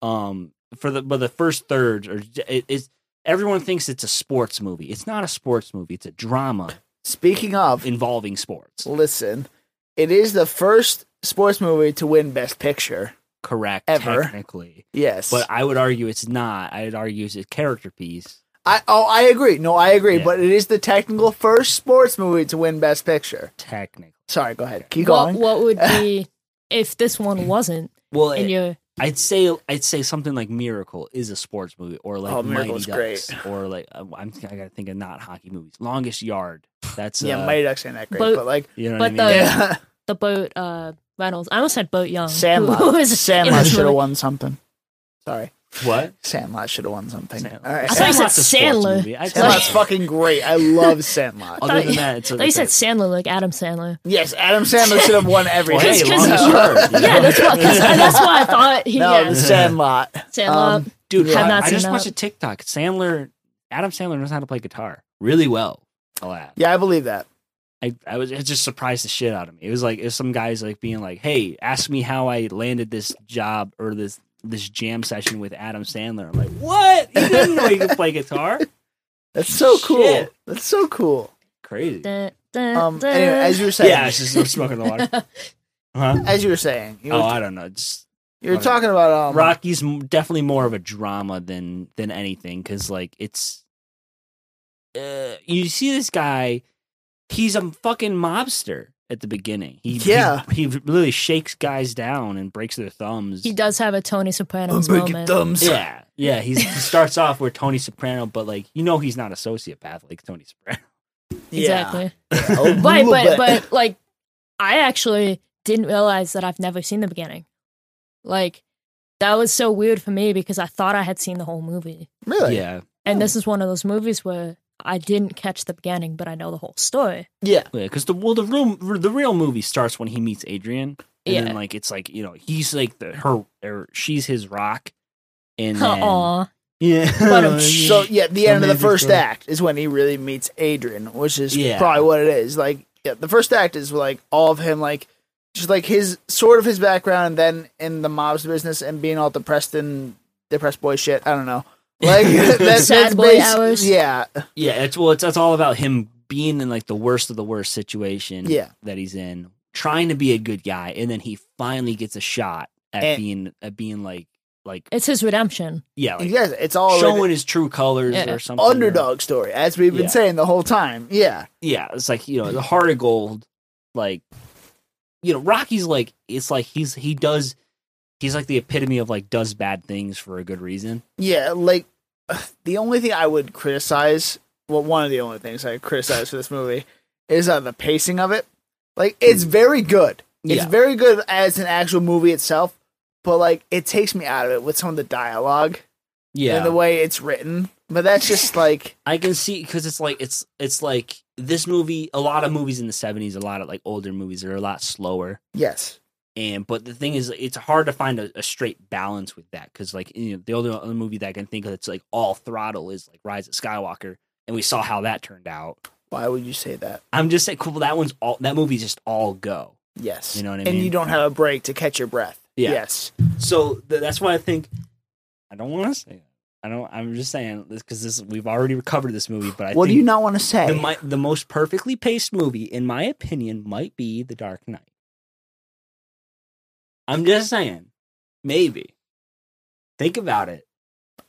Speaker 3: Um, for the but the first third or it is everyone thinks it's a sports movie. It's not a sports movie. It's a drama
Speaker 2: speaking of
Speaker 3: involving sports.
Speaker 2: Listen, it is the first sports movie to win Best Picture.
Speaker 3: Correct.
Speaker 2: Ever.
Speaker 3: Technically,
Speaker 2: Yes,
Speaker 3: but I would argue it's not. I'd argue it's a character piece.
Speaker 2: I oh I agree. No, I agree.
Speaker 3: Yeah.
Speaker 2: But it is the technical first sports movie to win Best Picture.
Speaker 3: Technically.
Speaker 2: Sorry, go ahead. Keep
Speaker 4: What
Speaker 2: going.
Speaker 4: what would be if this one wasn't
Speaker 3: Well,
Speaker 4: in
Speaker 3: it,
Speaker 4: your
Speaker 3: I'd say I'd say something like Miracle is a sports movie, or like
Speaker 2: Oh,
Speaker 3: Mighty
Speaker 2: Miracle's
Speaker 3: Ducks, or like uh, I'm I gotta think of not hockey movies. Longest Yard. That's
Speaker 2: yeah,
Speaker 3: uh,
Speaker 2: Mighty Ducks ain't that great,
Speaker 4: But-
Speaker 2: but, like
Speaker 3: you know
Speaker 4: but
Speaker 3: what I mean?
Speaker 4: the-
Speaker 2: yeah.
Speaker 4: the boat uh Reynolds. I almost said boat Young. who
Speaker 2: Sandlot.
Speaker 4: was in
Speaker 2: Sandlot
Speaker 4: this
Speaker 2: should have
Speaker 4: movie.
Speaker 2: won something. Sorry,
Speaker 3: what?
Speaker 2: Sandlot should have won something.
Speaker 3: Sandlot.
Speaker 2: All right,
Speaker 4: I thought you said
Speaker 3: Sandlot's a sports
Speaker 4: Sandler.
Speaker 3: movie. I'd say-
Speaker 2: Sandlot's fucking great. I love Sandlot.
Speaker 3: Other than
Speaker 4: you-
Speaker 3: that, it's
Speaker 4: I thought you said Sandler, like Adam Sandler.
Speaker 2: Yes, Adam Sandler should have won every.
Speaker 3: Well, hey,
Speaker 2: game.
Speaker 4: Cause-
Speaker 3: Longest Yard. you
Speaker 4: Yeah,
Speaker 3: know?
Speaker 4: that's what. 'cause that's what I thought. He,
Speaker 2: No,
Speaker 4: yeah,
Speaker 2: the Sandlot.
Speaker 4: Sandlot.
Speaker 2: um,
Speaker 3: Dude,
Speaker 2: Have
Speaker 3: I-
Speaker 4: not
Speaker 3: I
Speaker 4: seen
Speaker 3: just
Speaker 4: that.
Speaker 3: watched a TikTok. Sandler, Adam Sandler knows how to play guitar really well. I'll add.
Speaker 2: Yeah, I believe that.
Speaker 3: I, I was it just surprised the shit out of me. It was like it was some guys like being like, "Hey, ask me how I landed this job or this this jam session with Adam Sandler." I'm like, "What? You didn't know you could play guitar?
Speaker 2: That's so cool.
Speaker 3: Shit.
Speaker 2: That's so cool.
Speaker 3: Crazy."
Speaker 4: Dun, dun,
Speaker 2: Um,
Speaker 4: dun.
Speaker 2: anyway, as you were saying,
Speaker 3: Yeah, it's just I'm smoking the water. Huh?
Speaker 2: as you were saying, you were,
Speaker 3: Oh, I don't know. Just,
Speaker 2: you were
Speaker 3: okay.
Speaker 2: talking about um,
Speaker 3: Rocky's m- definitely more of a drama than than anything because like it's uh, you see this guy, he's a fucking mobster at the beginning. He he-
Speaker 2: Yeah.
Speaker 3: he, really shakes guys down and breaks their thumbs.
Speaker 4: he does have a Tony Sopranos moment.
Speaker 2: thumbs.
Speaker 3: Yeah, yeah. He's, he starts off with Tony Soprano, but like you know, he's not a sociopath like Tony Soprano.
Speaker 2: Yeah.
Speaker 4: Exactly.
Speaker 2: A
Speaker 4: But
Speaker 2: little
Speaker 4: but
Speaker 2: bit.
Speaker 4: but like, I actually didn't realize that I've never seen the beginning. Like, that was so weird for me because I thought I had seen the whole movie,
Speaker 2: really, yeah.
Speaker 3: yeah,
Speaker 4: and this is one of those movies where I didn't catch the beginning, but I know the whole story.
Speaker 3: yeah. Because the well, the room, the real movie starts when he meets Adrian, and
Speaker 4: Yeah.
Speaker 3: then like it's like you know he's like the her or she's his rock, and then,
Speaker 4: Aw,
Speaker 3: yeah,
Speaker 4: But I'm
Speaker 2: So yeah, the
Speaker 3: So
Speaker 2: end of the
Speaker 3: maybe
Speaker 2: first
Speaker 3: for-
Speaker 2: act is when he really meets Adrian, which is
Speaker 3: Yeah.
Speaker 2: probably what it is. Like, yeah, the first act is like all of him, like just like his sort of his background, and then in the mob's business and being all depressed and depressed boy shit. I don't know. Like that, that's
Speaker 4: Sad boy
Speaker 2: basi-
Speaker 4: hours.
Speaker 2: Yeah,
Speaker 3: yeah. It's well, it's that's all about him being in like the worst of the worst situation,
Speaker 2: Yeah.
Speaker 3: that he's in, trying to be a good guy, and then he finally gets a shot at
Speaker 2: And-
Speaker 3: being at being like like
Speaker 4: it's his redemption.
Speaker 3: yeah, like
Speaker 2: yes, it's all
Speaker 3: showing his true colors
Speaker 4: Yeah.
Speaker 3: or something.
Speaker 2: underdog story, as we've been
Speaker 3: Yeah.
Speaker 2: saying the whole time. Yeah,
Speaker 3: yeah, it's like you know the heart of gold. Like, you know, Rocky's like it's like he's he does he's like the epitome of like does bad things for a good reason.
Speaker 2: yeah. Like the only thing I would criticize, well, one of the only things I criticize for this movie is uh, the pacing of it. Like it's very good. It's
Speaker 3: Mm. Yeah.
Speaker 2: very good as an actual movie itself, but like it takes me out of it with some of the dialogue
Speaker 3: Yeah,
Speaker 2: and the way it's written. But that's just like
Speaker 3: I can see because it's like it's it's like this movie. A lot of movies in the seventies, a lot of like older movies are a lot slower.
Speaker 2: yes,
Speaker 3: And but the thing is, it's hard to find a, a straight balance with that because like you know the other, other movie that I can think of that's like all throttle is like Rise of Skywalker, and we saw how that turned out.
Speaker 2: why would you say that?
Speaker 3: I'm just saying, cool. That one's all. That movie's just all go.
Speaker 2: Yes,
Speaker 3: You know what I
Speaker 2: And
Speaker 3: mean?
Speaker 2: you don't have a break to catch your breath.
Speaker 3: Yeah.
Speaker 2: Yes,
Speaker 3: So th- that's why I think I don't want to say. It. I don't. I'm just saying this because this we've already covered this movie. But I
Speaker 2: what do
Speaker 3: think
Speaker 2: you not want to say?
Speaker 3: the, mi- the most perfectly paced movie, in my opinion, might be The Dark Knight. I'm just saying, maybe. Think about it.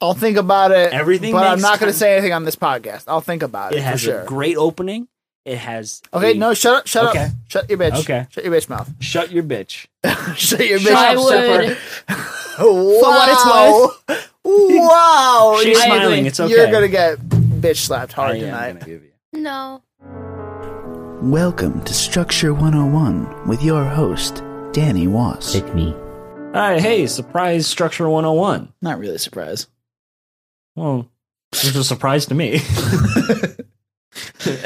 Speaker 2: I'll think about it.
Speaker 3: Everything
Speaker 2: but I'm
Speaker 3: makes
Speaker 2: not going to
Speaker 3: con-
Speaker 2: say anything on this podcast. I'll think about it,
Speaker 3: It
Speaker 2: Uh,
Speaker 3: has
Speaker 2: for sure.
Speaker 3: a great opening. It has.
Speaker 2: okay,
Speaker 3: a-
Speaker 2: no, shut up, shut
Speaker 3: Okay.
Speaker 2: up, shut your bitch,
Speaker 3: Okay.
Speaker 2: shut your bitch mouth,
Speaker 3: Shut your bitch.
Speaker 2: shut your
Speaker 3: Shut
Speaker 2: bitch
Speaker 3: up,
Speaker 4: I
Speaker 2: mouth.
Speaker 4: would.
Speaker 3: Zipper.
Speaker 2: wow,
Speaker 4: what
Speaker 2: wow,
Speaker 3: She's
Speaker 2: you're,
Speaker 4: I agree.
Speaker 3: smiling. It's okay.
Speaker 2: Oh, you're gonna get bitch slapped
Speaker 3: I
Speaker 2: hard
Speaker 3: am
Speaker 2: tonight.
Speaker 3: gonna give you-
Speaker 5: No.
Speaker 2: Welcome to Structure 101 with your host Danny Wass.
Speaker 3: me. All right, hey, surprise structure 101.
Speaker 2: Not really surprised.
Speaker 3: Well, this was a surprise to me.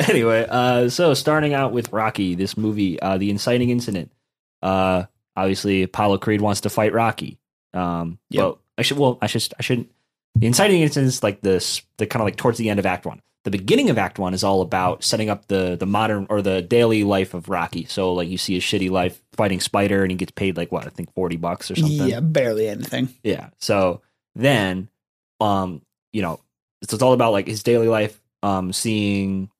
Speaker 3: anyway, uh, so starting out with Rocky, this movie, uh, the inciting incident. Uh, obviously, Apollo Creed wants to fight Rocky. Um,
Speaker 2: Yep.
Speaker 3: but I should. Well, I should. I shouldn't. The inciting incident is like this. The kind of like towards the end of Act One. The beginning of Act One is all about setting up the the modern or the daily life of Rocky. So like you see his shitty life fighting Spider, and he gets paid like what I think forty bucks or something.
Speaker 2: Yeah, barely anything.
Speaker 3: Yeah. So then, um, you know, it's, it's all about like his daily life. Um, seeing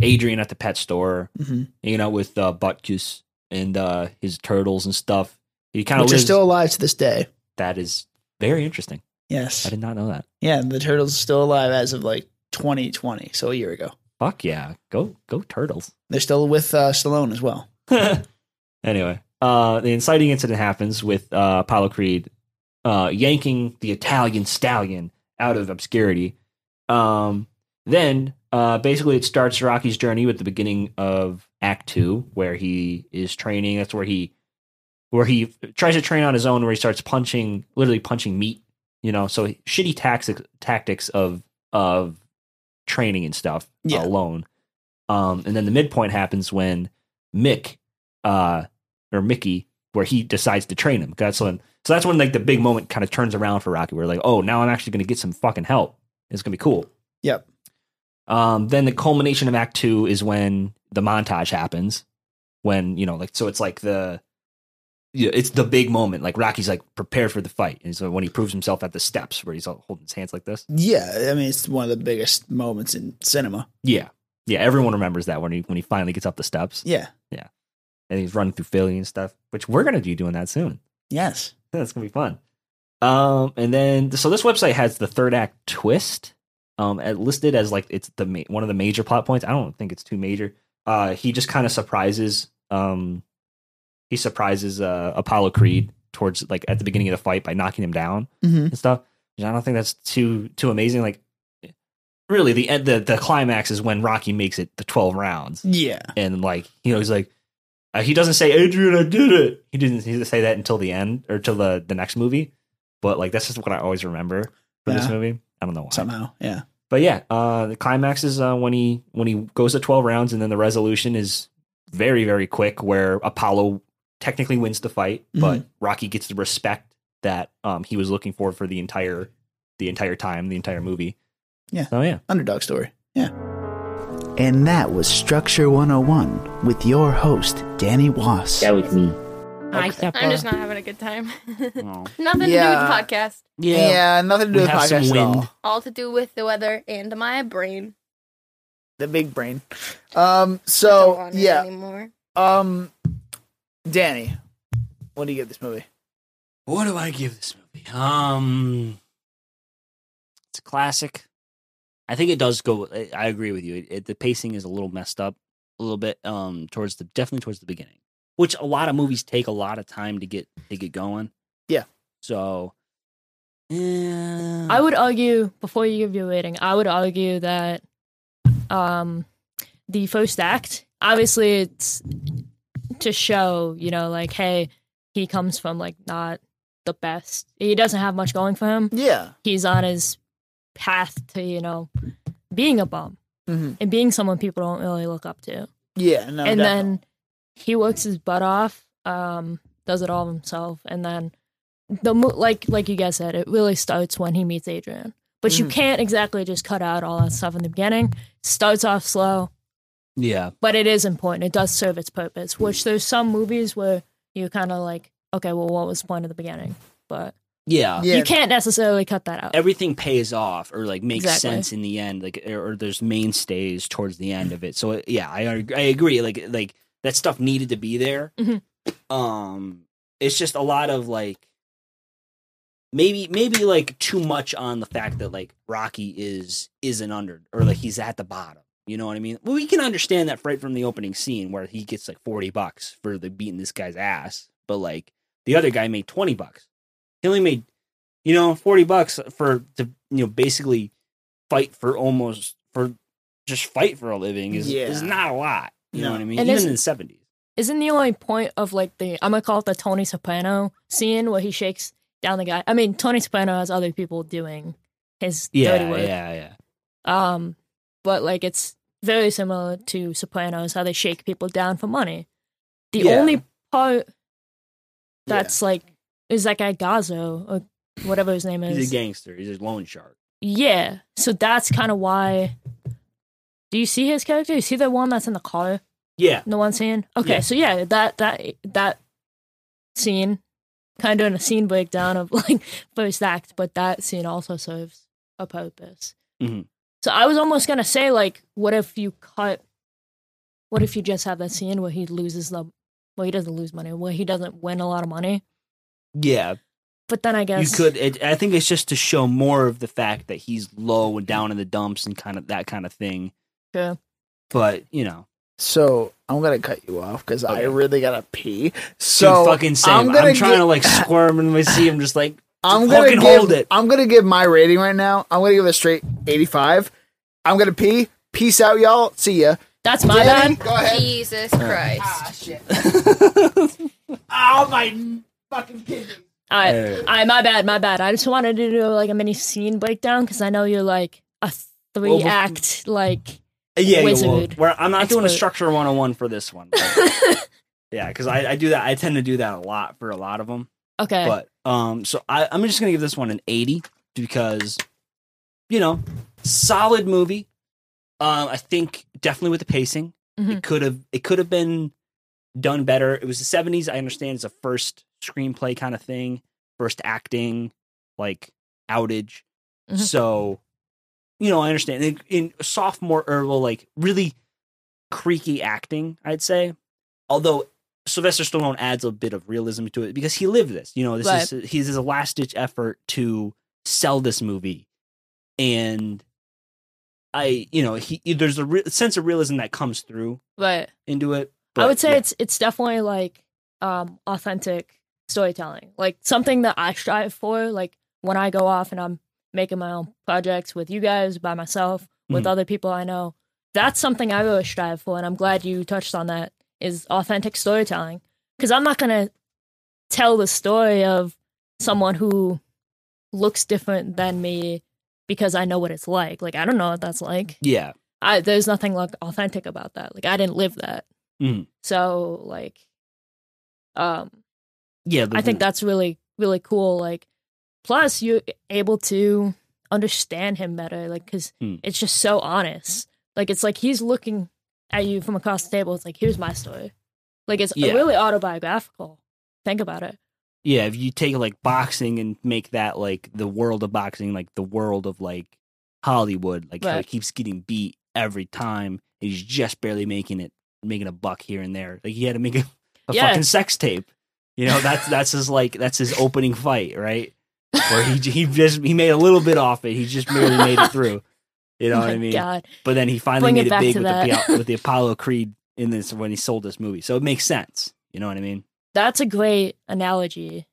Speaker 3: Adrian at the pet store,
Speaker 2: Mhm.
Speaker 3: you know, with uh, Butkus and uh, his turtles and stuff. He kind of
Speaker 2: Which are
Speaker 3: lives.
Speaker 2: still alive to this day.
Speaker 3: that is very interesting. I
Speaker 2: Yes.
Speaker 3: did not know that.
Speaker 2: Yeah, the turtles are still alive as of like 2020, so a year ago.
Speaker 3: Fuck yeah, go go turtles.
Speaker 2: They're still with uh, Stallone as well.
Speaker 3: anyway, uh, Uh, the inciting incident happens with uh, Apollo Creed uh, yanking the Italian stallion out of obscurity. Um, then, uh, basically, it starts Rocky's journey with the beginning of Act Two, where he is training. That's where he, where he tries to train on his own, where he starts punching, literally punching meat. You know, so shitty tactics tactics of of training and stuff
Speaker 2: Yeah.
Speaker 3: alone. Um, and then the midpoint happens when Mick, uh, or Mickey, where he decides to train him. That's when, so that's when like the big moment kind of turns around for Rocky. We're like, oh, now I'm actually going to get some fucking help. It's going to be cool.
Speaker 2: Yep.
Speaker 3: Um, then the culmination of Act Two is when the montage happens. When you know, like, so it's like the, yeah, it's the big moment. Like Rocky's like prepared for the fight, and so when he proves himself at the steps, where he's all holding his hands like this.
Speaker 2: Yeah, I mean it's one of the biggest moments in cinema.
Speaker 3: Yeah, yeah. Everyone remembers that when he when he finally gets up the steps
Speaker 2: Yeah.
Speaker 3: and he's running through Philly and stuff, which we're gonna be doing that soon.
Speaker 2: Yes.
Speaker 3: That's gonna be fun. Um, and then so this website has the third act twist, um, at- listed as like it's the ma- one of the major plot points. I don't think it's too major. Uh, he just kind of surprises, um, he surprises uh Apollo Creed towards like at the beginning of the fight by knocking him down
Speaker 2: Mm-hmm.
Speaker 3: and stuff. And I don't think that's too too amazing. Like, really, the end, the the climax is when Rocky makes it the twelve rounds
Speaker 2: Yeah.
Speaker 3: and like you know he's like uh, he doesn't say Adrian I did it he didn't he didn't say that until the end or till the the next movie but like that's just what I always remember from this
Speaker 2: Yeah.
Speaker 3: movie I don't know why
Speaker 2: Somehow. Yeah.
Speaker 3: but yeah uh the climax is uh, when he when he goes to 12 rounds and then the resolution is very very quick where Apollo technically wins the fight
Speaker 2: Mm-hmm.
Speaker 3: but Rocky gets the respect that um he was looking for for the entire the entire time the entire movie
Speaker 2: Yeah.
Speaker 3: oh yeah
Speaker 2: Underdog story. Yeah. And that was Structure 101 with your host, Danny Wass.
Speaker 6: was me.
Speaker 4: I step
Speaker 5: I'm just
Speaker 4: up.
Speaker 5: not having a good time. Nothing to
Speaker 2: Yeah.
Speaker 5: do with the podcast.
Speaker 2: Yeah, nothing to do
Speaker 3: We
Speaker 2: with
Speaker 3: have some
Speaker 2: podcast at
Speaker 3: wind.
Speaker 2: all.
Speaker 5: All to do with the weather and my brain.
Speaker 2: The big brain. Um,
Speaker 5: Don't
Speaker 2: so
Speaker 5: want it
Speaker 2: yeah.
Speaker 5: Anymore.
Speaker 2: Um, Danny, what do you give this movie?
Speaker 3: What do I give this movie? Um, it's a classic.
Speaker 7: I think it does go. I I agree with you. It, it, the pacing is a little messed up, a little bit um towards the definitely towards the beginning, which a lot of movies take a lot of time to get to get going.
Speaker 2: Yeah.
Speaker 7: So, eh, yeah,
Speaker 4: I would argue before you give your rating, I would argue that um the first act, obviously it's to show, you know, like, hey, he comes from like not the best. He doesn't have much going for him.
Speaker 2: Yeah.
Speaker 4: He's on his path to, you know, being a bum
Speaker 2: Mm-hmm.
Speaker 4: and being someone people don't really look up to.
Speaker 2: Yeah. No,
Speaker 4: and
Speaker 2: definitely.
Speaker 4: then he works his butt off, um, does it all himself, and then the mo- like like you guys said, it really starts when he meets Adrian. But you
Speaker 2: Mhm.
Speaker 4: can't exactly just cut out all that stuff in the beginning. Starts off slow,
Speaker 7: yeah,
Speaker 4: but it is important. It does serve its purpose. Which there's some movies where you're kind of like, okay, well, what was the point of the beginning? But
Speaker 3: Uh,
Speaker 7: yeah,
Speaker 2: yeah.
Speaker 4: you can't necessarily cut that out.
Speaker 7: Everything pays off or like makes
Speaker 4: Exactly.
Speaker 7: sense in the end, like or, or there's mainstays towards the end of it. So yeah, I ag- I agree. Like like that stuff needed to be there.
Speaker 4: Mhm.
Speaker 7: Um, it's just a lot of like maybe maybe like too much on the fact that like Rocky is isn't under or like he's at the bottom. You know what I mean? Well, we can understand that right from the opening scene where he gets like forty bucks for the beating this guy's ass, but like the other guy made twenty bucks. He only made you know forty bucks for to you know basically fight for almost for just fight for a living is is
Speaker 2: Yeah.
Speaker 7: not a lot. You know
Speaker 2: No.
Speaker 7: what I mean?
Speaker 4: And
Speaker 7: Even
Speaker 4: it's-
Speaker 7: in the seventies.
Speaker 4: Isn't the only point of like the I'm gonna call it the Tony Soprano scene where he shakes down the guy? I mean, Tony Soprano has other people doing his dirty work.
Speaker 7: yeah, yeah.
Speaker 4: Um, but like it's very similar to Sopranos how they shake people down for money. The
Speaker 7: Yeah.
Speaker 4: only
Speaker 2: Yeah.
Speaker 4: part that's like is that guy Gazzo or whatever his name
Speaker 7: He's
Speaker 4: is.
Speaker 7: a gangster. He's a loan shark.
Speaker 4: Yeah, so that's kind of why. Do you see his character? You see the one that's in the car?
Speaker 7: Yeah.
Speaker 4: The one scene. Okay,
Speaker 7: Yeah.
Speaker 4: so yeah, that that that scene, kind of in a scene breakdown of like first act, but that scene also serves a purpose.
Speaker 7: Mhm.
Speaker 4: So I was almost gonna say like, what if you cut? What if you just have that scene where he loses the, well, he doesn't lose money, where he doesn't win a lot of money.
Speaker 7: Yeah.
Speaker 4: But then I guess
Speaker 7: You could. It, I think it's just to show more of the fact that he's low and down in the dumps and kind of that kind of thing.
Speaker 4: Yeah.
Speaker 7: But you know,
Speaker 2: So I'm gonna cut you off because I
Speaker 3: Okay.
Speaker 2: really gotta pee.
Speaker 8: Dude,
Speaker 2: So
Speaker 8: fucking same.
Speaker 2: I'm
Speaker 8: I'm,
Speaker 2: gonna
Speaker 8: trying
Speaker 2: gi-
Speaker 8: to like squirm in my seat. I'm just like,
Speaker 2: I'm gonna
Speaker 8: fucking
Speaker 2: give,
Speaker 8: hold it.
Speaker 2: I'm gonna give my rating right now. I'm gonna give it a straight 85. I'm gonna pee. Peace out, y'all. See ya.
Speaker 4: That's my
Speaker 2: Danny,
Speaker 4: bad.
Speaker 2: Go ahead.
Speaker 5: Jesus Christ.
Speaker 2: shit. oh my fucking kidney.
Speaker 4: I, I, my bad, my bad. I just wanted to do like a mini scene breakdown because I know you're like a three
Speaker 3: Well, we-
Speaker 4: act like
Speaker 3: Uh, yeah, yeah, well,
Speaker 4: Wizard.
Speaker 3: we're- I'm not doing a
Speaker 4: Expert.
Speaker 3: structure 101 for this one. yeah, because I, I do that. I tend to do that a lot for a lot of them.
Speaker 4: okay.
Speaker 3: But um, so I, I'm just gonna give this one an 80 because, you know, solid movie. Um, I think definitely with the pacing,
Speaker 4: Mhm.
Speaker 3: it could have it could have been done better. It was the 70s. I understand it's a first screenplay kind of thing, first acting like outage.
Speaker 4: Mhm.
Speaker 3: So, you know, I understand in, in sophomore or well, like really creaky acting, I'd say. Although Sylvester Stallone adds a bit of realism to it because he lived this. You know, this is he's his last ditch effort to sell this movie, and I, you know, he there's a re- sense of realism that comes through
Speaker 4: But
Speaker 3: into it.
Speaker 4: I
Speaker 3: but
Speaker 4: would say
Speaker 3: yeah.
Speaker 4: it's it's definitely like um authentic storytelling. Like something that I strive for like when I go off and I'm making my own projects with you guys by myself with
Speaker 3: Mhm.
Speaker 4: other people I know. That's something I really strive for and I'm glad you touched on that is authentic storytelling cuz I'm not going to tell the story of someone who looks different than me because I know what it's like. Like I don't know what that's like.
Speaker 3: yeah,
Speaker 4: I there's nothing like authentic about that. Like I didn't live that.
Speaker 3: Mhm.
Speaker 4: So like um
Speaker 3: yeah.
Speaker 4: I think
Speaker 3: that
Speaker 4: that's really really cool like plus you're able to understand him better like cuz
Speaker 3: Mm.
Speaker 4: it's just so honest. Like it's like he's looking at you from across the table. It's like here's my story. Like it's
Speaker 3: Yeah.
Speaker 4: really autobiographical. Think about it.
Speaker 3: yeah. If you take like boxing and make that like the world of boxing, like the world of like Hollywood, like how he
Speaker 4: Right.
Speaker 3: keeps getting beat every time. He's just barely making it, making a buck here and there. Like he had to make a, a
Speaker 4: Yeah.
Speaker 3: fucking sex tape. You know, that's that's his like that's his opening fight, right? Where he he just he made a little bit off it. He just barely made it through. You know
Speaker 4: Oh
Speaker 3: what I
Speaker 4: my
Speaker 3: mean?
Speaker 4: God.
Speaker 3: But then he finally
Speaker 4: Bring
Speaker 3: made
Speaker 4: it
Speaker 3: it
Speaker 4: back
Speaker 3: big
Speaker 4: to
Speaker 3: with the,
Speaker 4: that.
Speaker 3: P- with the Apollo Creed in this when he sold this movie. So it makes sense. You know what I mean?
Speaker 4: That's a great analogy.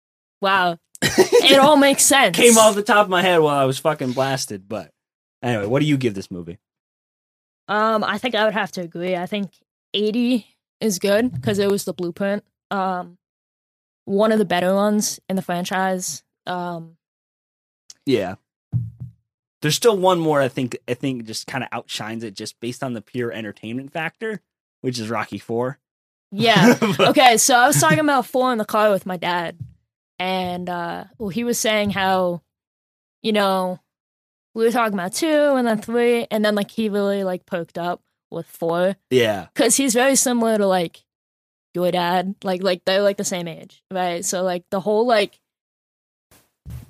Speaker 4: Wow. it all makes sense.
Speaker 3: Came off the top of my head while I was fucking blasted. But anyway, what do you give this movie?
Speaker 4: Um, I think I would have to agree. I think 80 is good because it was the blueprint. Um, one of the better ones in the franchise. Um,
Speaker 3: Yeah. There's still one more I think I think just kind of outshines it just based on the pure entertainment factor, which is Rocky 4.
Speaker 4: yeah. okay, so I was talking about four in the car with my dad, and uh, well, he was saying how, you know, we were talking about two and then three, and then like he really like poked up with four
Speaker 3: Yeah.
Speaker 4: because he's very similar to like your dad like like they're like the same age right so like the whole like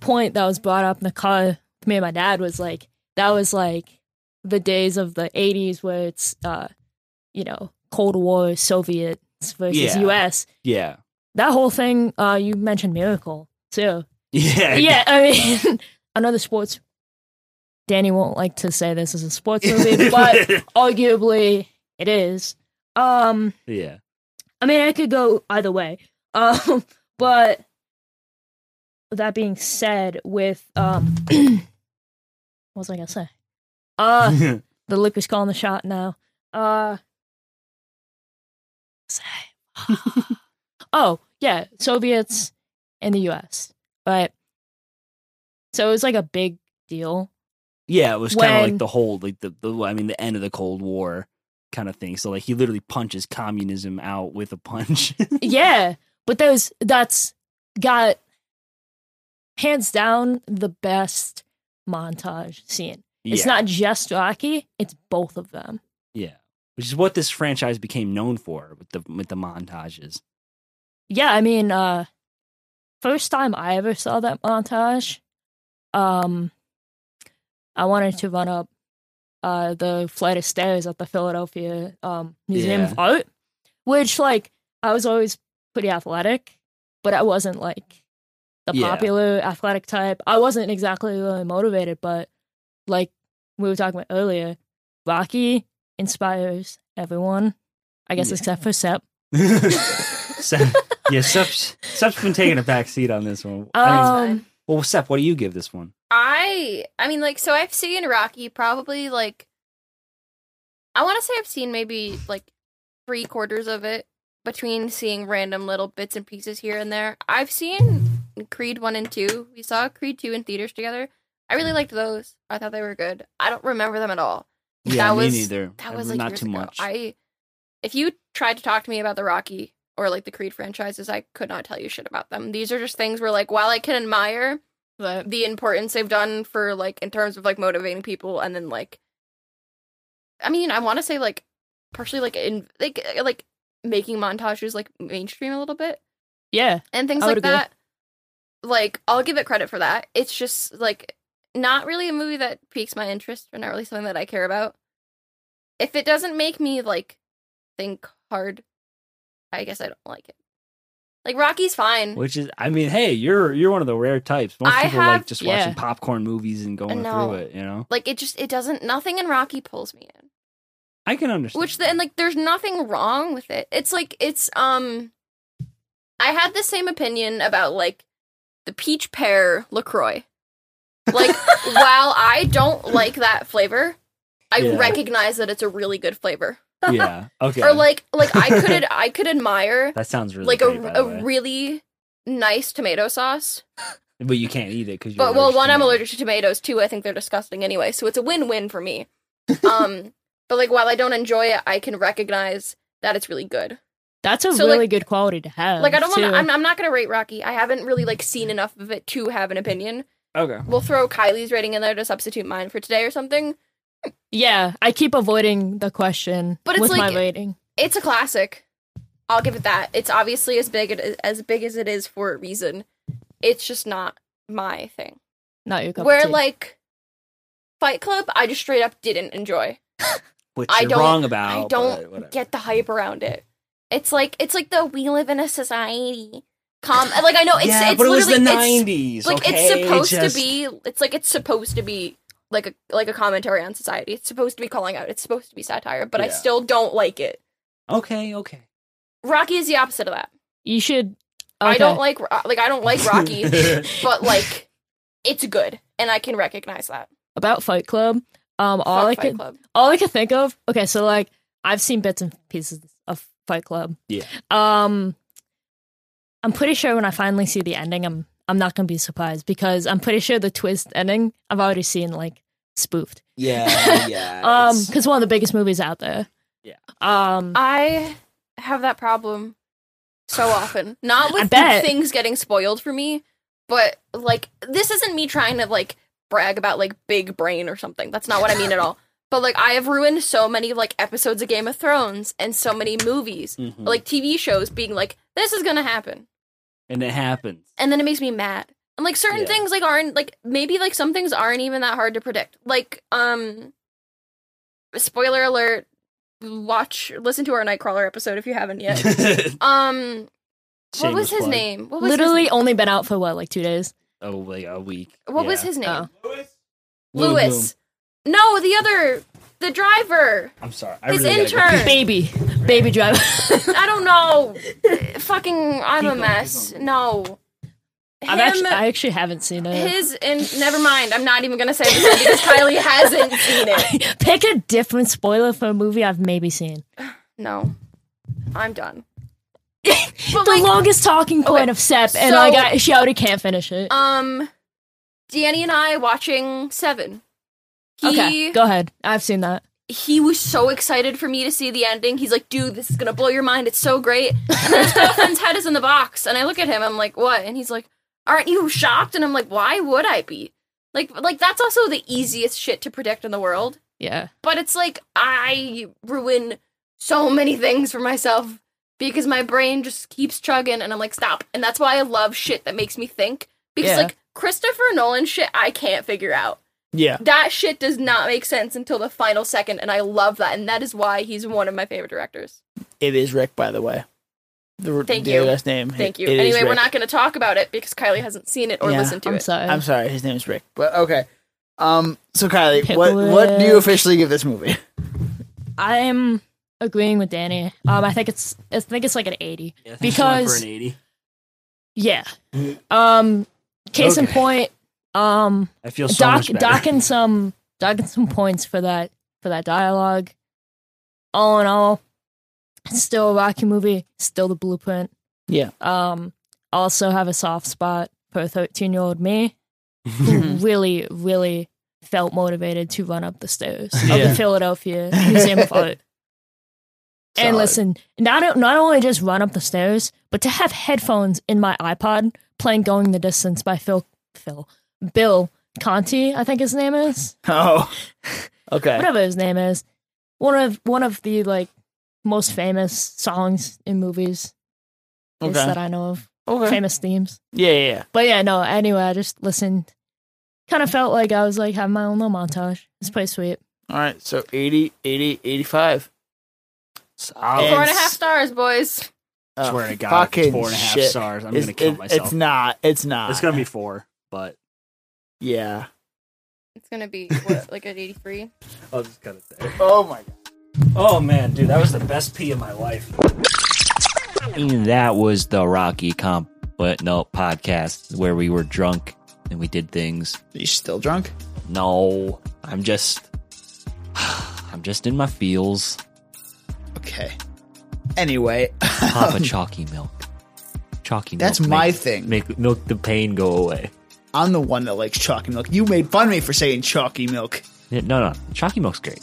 Speaker 4: point that was brought up in the car with me and my dad was like that was like the days of the 80s where it's uh you know cold war soviets versus
Speaker 3: Yeah.
Speaker 4: us
Speaker 3: Yeah.
Speaker 4: that whole thing uh you mentioned miracle too
Speaker 3: Yeah.
Speaker 4: yeah i mean another sports danny won't like to say this is a sports movie but arguably it is um
Speaker 3: yeah.
Speaker 4: I mean, I could go either way. Um, but that being said, with um, what was I gonna say? Uh, the liquor's calling the shot now. Uh, say, oh yeah, Soviets and the U.S. But so it was like a big deal.
Speaker 3: Yeah, it was kind of
Speaker 4: when-
Speaker 3: like the whole, like the, the, I mean, the end of the Cold War kind of thing. So like, he literally punches communism out with a punch.
Speaker 4: yeah, but those that's got hands down the best montage scene. It's
Speaker 3: Yeah.
Speaker 4: not just Rocky; it's both of them.
Speaker 3: yeah, which is what this franchise became known for with the with the montages.
Speaker 4: Yeah, I mean, uh first time I ever saw that montage, um, I wanted to run up uh the flight of stairs at the Philadelphia um Museum of Art, which like I was always pretty athletic, but I wasn't like the
Speaker 3: Yeah.
Speaker 4: popular athletic type. I wasn't exactly really motivated, but like we were talking about earlier, Rocky inspires everyone. I guess
Speaker 7: Yeah.
Speaker 4: except for Sep.
Speaker 7: Sep, yeah, Sep's, Sep's been taking a back seat on this one.
Speaker 3: Uh,
Speaker 7: I mean,
Speaker 4: Um,
Speaker 7: well, Sep, what do you give this one?
Speaker 5: I I mean like so I've seen Rocky probably like I want to say I've seen maybe like three quarters of it between seeing random little bits and pieces here and there. I've seen Creed 1 and 2. We saw Creed 2 in theaters together. I really liked those. I thought they were good. I don't remember them at all.
Speaker 7: Yeah,
Speaker 5: That
Speaker 7: me
Speaker 5: was-
Speaker 7: neither.
Speaker 5: That
Speaker 7: I
Speaker 5: was
Speaker 7: remember
Speaker 5: like
Speaker 7: not
Speaker 5: years
Speaker 7: too
Speaker 5: ago.
Speaker 7: much.
Speaker 5: I if you tried to talk to me about the Rocky or like the Creed franchises, I could not tell you shit about them. These are just things where like while I can admire
Speaker 4: but
Speaker 5: the importance they've done for like in terms of like motivating people and then like i mean i want to say like partially like in like uh, like making montages like mainstream a little bit
Speaker 4: yeah,
Speaker 5: and things
Speaker 4: I would
Speaker 5: like
Speaker 4: agree.
Speaker 5: that like i'll give it credit for that it's just like not really a movie that piques my interest or not really something that i care about if it doesn't make me like think hard i guess i don't like it like rocky's fine
Speaker 7: Which is, I mean, hey, you're you're one of the rare types. Most
Speaker 5: I
Speaker 7: people
Speaker 5: have-
Speaker 7: like just
Speaker 4: yeah.
Speaker 7: watching popcorn movies and going
Speaker 5: No.
Speaker 7: through it. You know,
Speaker 5: like it just it doesn't nothing in rocky pulls me in
Speaker 7: I can understand.
Speaker 5: Which then like there's nothing wrong with it. It's like it's um I had the same opinion about like the peach pear LaCroix. Like while I don't like that flavor, I
Speaker 7: Yeah.
Speaker 5: recognize that it's a really good flavor.
Speaker 7: yeah, okay.
Speaker 5: Or like like I could I could admire
Speaker 7: that sounds really
Speaker 5: like
Speaker 7: great,
Speaker 5: a
Speaker 7: by the way.
Speaker 5: a really nice tomato sauce.
Speaker 7: but you can't eat it because.
Speaker 5: But well, one, I'm allergic to tomatoes. Two, I think they're disgusting anyway. So it's a win-win for me. um, but like while I don't enjoy it, I can recognize that it's really good.
Speaker 4: that's a
Speaker 5: So, like-
Speaker 4: really good quality to have.
Speaker 5: Like I don't want
Speaker 4: too.
Speaker 5: to. I'm, I'm not gonna rate Rocky. I haven't really like seen enough of it to have an opinion.
Speaker 7: Okay.
Speaker 5: We'll throw Kylie's rating in there to substitute mine for today or something.
Speaker 4: Yeah, I keep avoiding the question,
Speaker 5: But it's
Speaker 4: with
Speaker 5: like-
Speaker 4: my rating.
Speaker 5: It's a classic. I'll give it that. It's obviously as big it- as big as it is for a reason. It's just not my thing.
Speaker 4: Not your cup of
Speaker 5: Where
Speaker 4: tea.
Speaker 5: like Fight Club, I just straight up didn't enjoy.
Speaker 7: Which
Speaker 5: I
Speaker 7: you're
Speaker 5: don't-
Speaker 7: wrong about.
Speaker 5: I
Speaker 7: but whatever.
Speaker 5: don't get the hype around it. It's like it's like the we live in a society. Com- like I know it's
Speaker 7: yeah,
Speaker 5: it's
Speaker 7: but it was
Speaker 5: literally
Speaker 7: the
Speaker 5: it's-
Speaker 7: '90s.
Speaker 5: like it's
Speaker 7: okay?
Speaker 5: supposed
Speaker 7: Just-
Speaker 5: to be it's like it's supposed to be like a like a commentary on society it's supposed to be calling out it's supposed to be satire but i
Speaker 7: Yeah.
Speaker 5: still don't like it
Speaker 7: Okay, okay.
Speaker 5: rocky is the opposite of that
Speaker 4: you should.
Speaker 5: i
Speaker 4: okay.
Speaker 5: don't like Ro- like i don't like rocky but like it's good and i can recognize that
Speaker 4: about Fight Club. Um, all
Speaker 5: Fuck
Speaker 4: I
Speaker 5: Fight
Speaker 4: could,
Speaker 5: Club.
Speaker 4: all I could think of. Okay, so like I've seen bits and pieces of Fight Club.
Speaker 7: Yeah.
Speaker 4: Um, I'm pretty sure when I finally see the ending, I'm I'm not gonna be surprised because I'm pretty sure the twist ending I've already seen like spoofed.
Speaker 7: yeah, yeah.
Speaker 4: Um,
Speaker 7: it's-
Speaker 4: because one of the biggest movies out there.
Speaker 7: Yeah.
Speaker 4: Um,
Speaker 5: i have that problem so often not
Speaker 4: I
Speaker 5: with
Speaker 4: bet.
Speaker 5: things getting spoiled for me but like this isn't me trying to like brag about like big brain or something. That's not what I mean at all. But like I have ruined so many like episodes of Game of Thrones and so many movies,
Speaker 4: Mm-hmm.
Speaker 7: mhm.
Speaker 5: like TV shows being like this is going to happen.
Speaker 7: and it happens.
Speaker 5: And then it makes me mad. And like certain
Speaker 7: Yeah.
Speaker 5: things like aren't like maybe like some things aren't even that hard to predict. Like um spoiler alert, watch listen to our Nightcrawler episode if you haven't yet. um what was
Speaker 7: Shameless
Speaker 5: his
Speaker 7: plug.
Speaker 5: name? What was his
Speaker 4: literally
Speaker 5: name?
Speaker 4: only been out for what like two days.
Speaker 7: Oh, like a week.
Speaker 5: What was
Speaker 7: Yeah.
Speaker 5: his name?
Speaker 4: Oh.
Speaker 7: Lou
Speaker 5: Lewis. No, the other, the driver,
Speaker 7: Bloom. I'm sorry. I
Speaker 5: his
Speaker 7: really gotta go
Speaker 5: intern.
Speaker 4: Baby, baby driver.
Speaker 5: I don't know. Fucking, I'm a mess. No,
Speaker 4: I've
Speaker 5: Him-
Speaker 4: actually, I actually haven't seen it.
Speaker 5: his and never mind. I'm not even gonna say this because Kylie hasn't seen it.
Speaker 4: Pick a different spoiler for a movie I've maybe seen.
Speaker 5: No, I'm done.
Speaker 4: the longest talking point of Sep, and
Speaker 5: so-
Speaker 4: I got shouted, can't finish it.
Speaker 5: Um, Danny and I watching Seven. He
Speaker 4: okay, go ahead. I've seen that.
Speaker 5: he was so excited for me to see the ending. He's like, dude, this is gonna blow your mind. It's so great. And then his girlfriend's head is in the box, and I look at him. I'm like, what? And he's like, aren't you shocked? And I'm like, why would I be? Like, like that's also the easiest shit to predict in the world.
Speaker 4: Yeah.
Speaker 5: But it's like I ruin so many things for myself because my brain just keeps chugging, and I'm like, stop. And that's why I love shit that makes me think because
Speaker 4: Yeah.
Speaker 5: like Christopher Nolan shit, I can't figure out
Speaker 2: Yeah.
Speaker 5: that shit does not make sense until the final second, and I love that, and that is why he's one of my favorite directors.
Speaker 2: It is Rick, by the way. The,
Speaker 5: Thank
Speaker 2: the
Speaker 5: you.
Speaker 2: last name.
Speaker 5: Thank you.
Speaker 2: It is
Speaker 5: anyway, we're
Speaker 2: Rick.
Speaker 5: not going to talk about it because Kylie hasn't seen it or
Speaker 2: Yeah,
Speaker 5: listened to
Speaker 4: I'm
Speaker 5: it.
Speaker 4: sorry.
Speaker 2: I'm sorry, his name is Rick. But okay. Um. So Kylie,
Speaker 4: Pick
Speaker 2: what what do you
Speaker 4: Rick.
Speaker 2: officially give this movie?
Speaker 4: I'm agreeing with Danny. Um, I think it's I think it's like an eighty.
Speaker 7: Yeah, I think she went
Speaker 4: Because-
Speaker 7: for an eighty.
Speaker 4: Yeah. Um, case in
Speaker 3: Okay.
Speaker 4: point. Um,
Speaker 3: I feel so
Speaker 4: doc
Speaker 3: much better.
Speaker 4: docking some docking some points for that for that dialogue. All in all, it's still a Rocky movie, still the blueprint.
Speaker 2: Yeah.
Speaker 4: Um, I also have a soft spot for thirteen year old me who really, really felt motivated to run up the stairs of
Speaker 2: Yeah.
Speaker 4: the Philadelphia Museum of Art. And
Speaker 2: Solid.
Speaker 4: listen, not not only just run up the stairs, but to have headphones in my iPod playing "Going the Distance" by Phil Phil Bill Conti, I think his name is
Speaker 2: Oh, okay.
Speaker 4: whatever his name is. One of one of the like most famous songs in movies at least
Speaker 2: Okay.
Speaker 4: that I know of,
Speaker 2: Okay.
Speaker 4: famous themes.
Speaker 2: Yeah, yeah, yeah.
Speaker 4: But yeah, no, anyway, I just listened. Kind of felt like I was like having my own little montage. It's pretty sweet.
Speaker 2: All right, so 80, 80, 85.
Speaker 7: Solid.
Speaker 5: Four and a
Speaker 2: It's-
Speaker 5: half stars, boys.
Speaker 2: Oh,
Speaker 7: swear to God, if it's
Speaker 2: fucking
Speaker 7: four and a half
Speaker 2: shit.
Speaker 7: stars. I'm
Speaker 2: it's,
Speaker 7: gonna kill
Speaker 2: it-
Speaker 7: myself.
Speaker 2: It's not. It's not.
Speaker 7: It's gonna be four, but
Speaker 2: Yeah.
Speaker 5: It's gonna be what, like an eighty-three.
Speaker 7: I'll just cut it there.
Speaker 2: Oh my god.
Speaker 7: Oh man, dude, that was the best pee of my life. that was the Rocky Comp, but no podcast where we were drunk and we did things.
Speaker 2: Are you still drunk?
Speaker 7: No, I'm just, I'm just in my feels.
Speaker 2: Okay. Anyway, um,
Speaker 7: Pop a chalky milk. Chalky milk.
Speaker 2: That's my thing.
Speaker 7: Make milk the pain go away.
Speaker 2: I'm the one that likes chalky milk. You made fun of me for saying chalky milk.
Speaker 3: Yeah, No, no, chalky milk's great.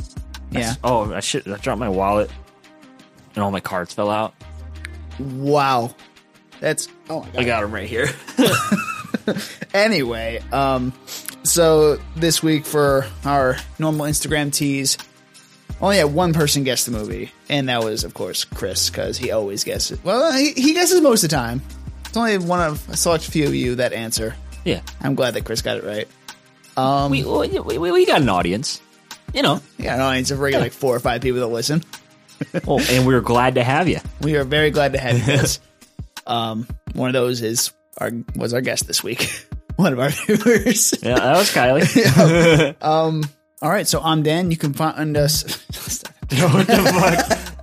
Speaker 2: Yeah.
Speaker 3: Oh, I shit! I dropped my wallet, and all my cards fell out.
Speaker 2: Wow. That's oh my god.
Speaker 7: I got him right here.
Speaker 2: Anyway, um, so this week for our normal Instagram tease, only had one person guess the movie, and that was, of course, Chris, because he always guesses. Well, uh, he, he guesses most of the time. It's only one of I saw a few of you that answer.
Speaker 3: Yeah,
Speaker 2: I'm glad that Chris got it right.
Speaker 3: we we, we, we got an audience, you know.
Speaker 2: Yeah, an audience of regular like four or five people that listen.
Speaker 3: Oh, and we were glad to have you.
Speaker 2: We are very glad to have you guys. um, one of those is our was our guest this week. one of our viewers.
Speaker 3: Yeah, that was Kylie.
Speaker 2: All right, so I'm Dan. You can find us.
Speaker 3: what the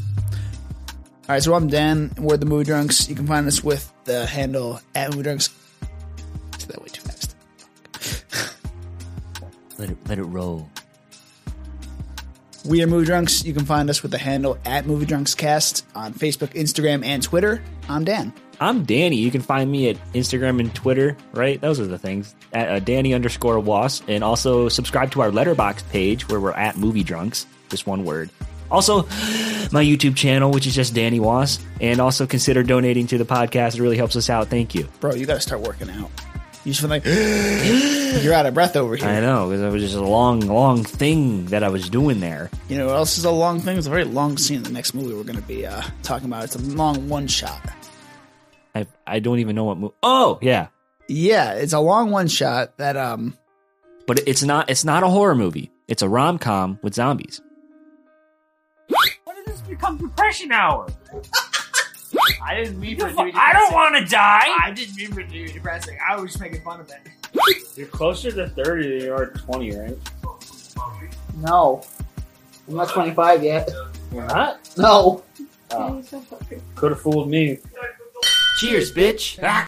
Speaker 2: All right, so I'm Dan. We're the Movie Drunks. You can find us with the handle at Movie Drunks. I said that way too fast.
Speaker 3: fuck? Let it let it roll.
Speaker 2: We are Movie Drunks. You can find us with the handle at Movie Drunks Cast on Facebook, Instagram, and Twitter. I'm Dan.
Speaker 3: I'm Danny. You can find me at Instagram and Twitter, right? Those are the things. At uh, Danny underscore Was. And also subscribe to our letterbox page where we're at Movie Drunks, just one word. Also, my YouTube channel, which is just Danny Was. And also consider donating to the podcast. It really helps us out. Thank you.
Speaker 2: Bro, you got to start working out. You just feel like you're out of breath over here.
Speaker 3: I know, because it was just a long, long thing that I was doing there.
Speaker 2: You know what else is a long thing? It's a very long scene in the next movie we're going to be uh, talking about. It's a long one shot.
Speaker 3: I, I don't even know what movie. Oh, yeah.
Speaker 2: Yeah, it's a long one shot that um
Speaker 3: But it's not it's not a horror movie. It's a rom com with zombies.
Speaker 6: When did this become depression hour? I didn't mean for it to be
Speaker 9: I don't
Speaker 6: depressing.
Speaker 9: want to die.
Speaker 6: I didn't mean for it to be depressing. I was just making fun of it. You're closer to 30 than you are to 20, right?
Speaker 9: No, I'm not 25 yet.
Speaker 6: You're not?
Speaker 9: No.
Speaker 6: Could have fooled me.
Speaker 9: Cheers, bitch.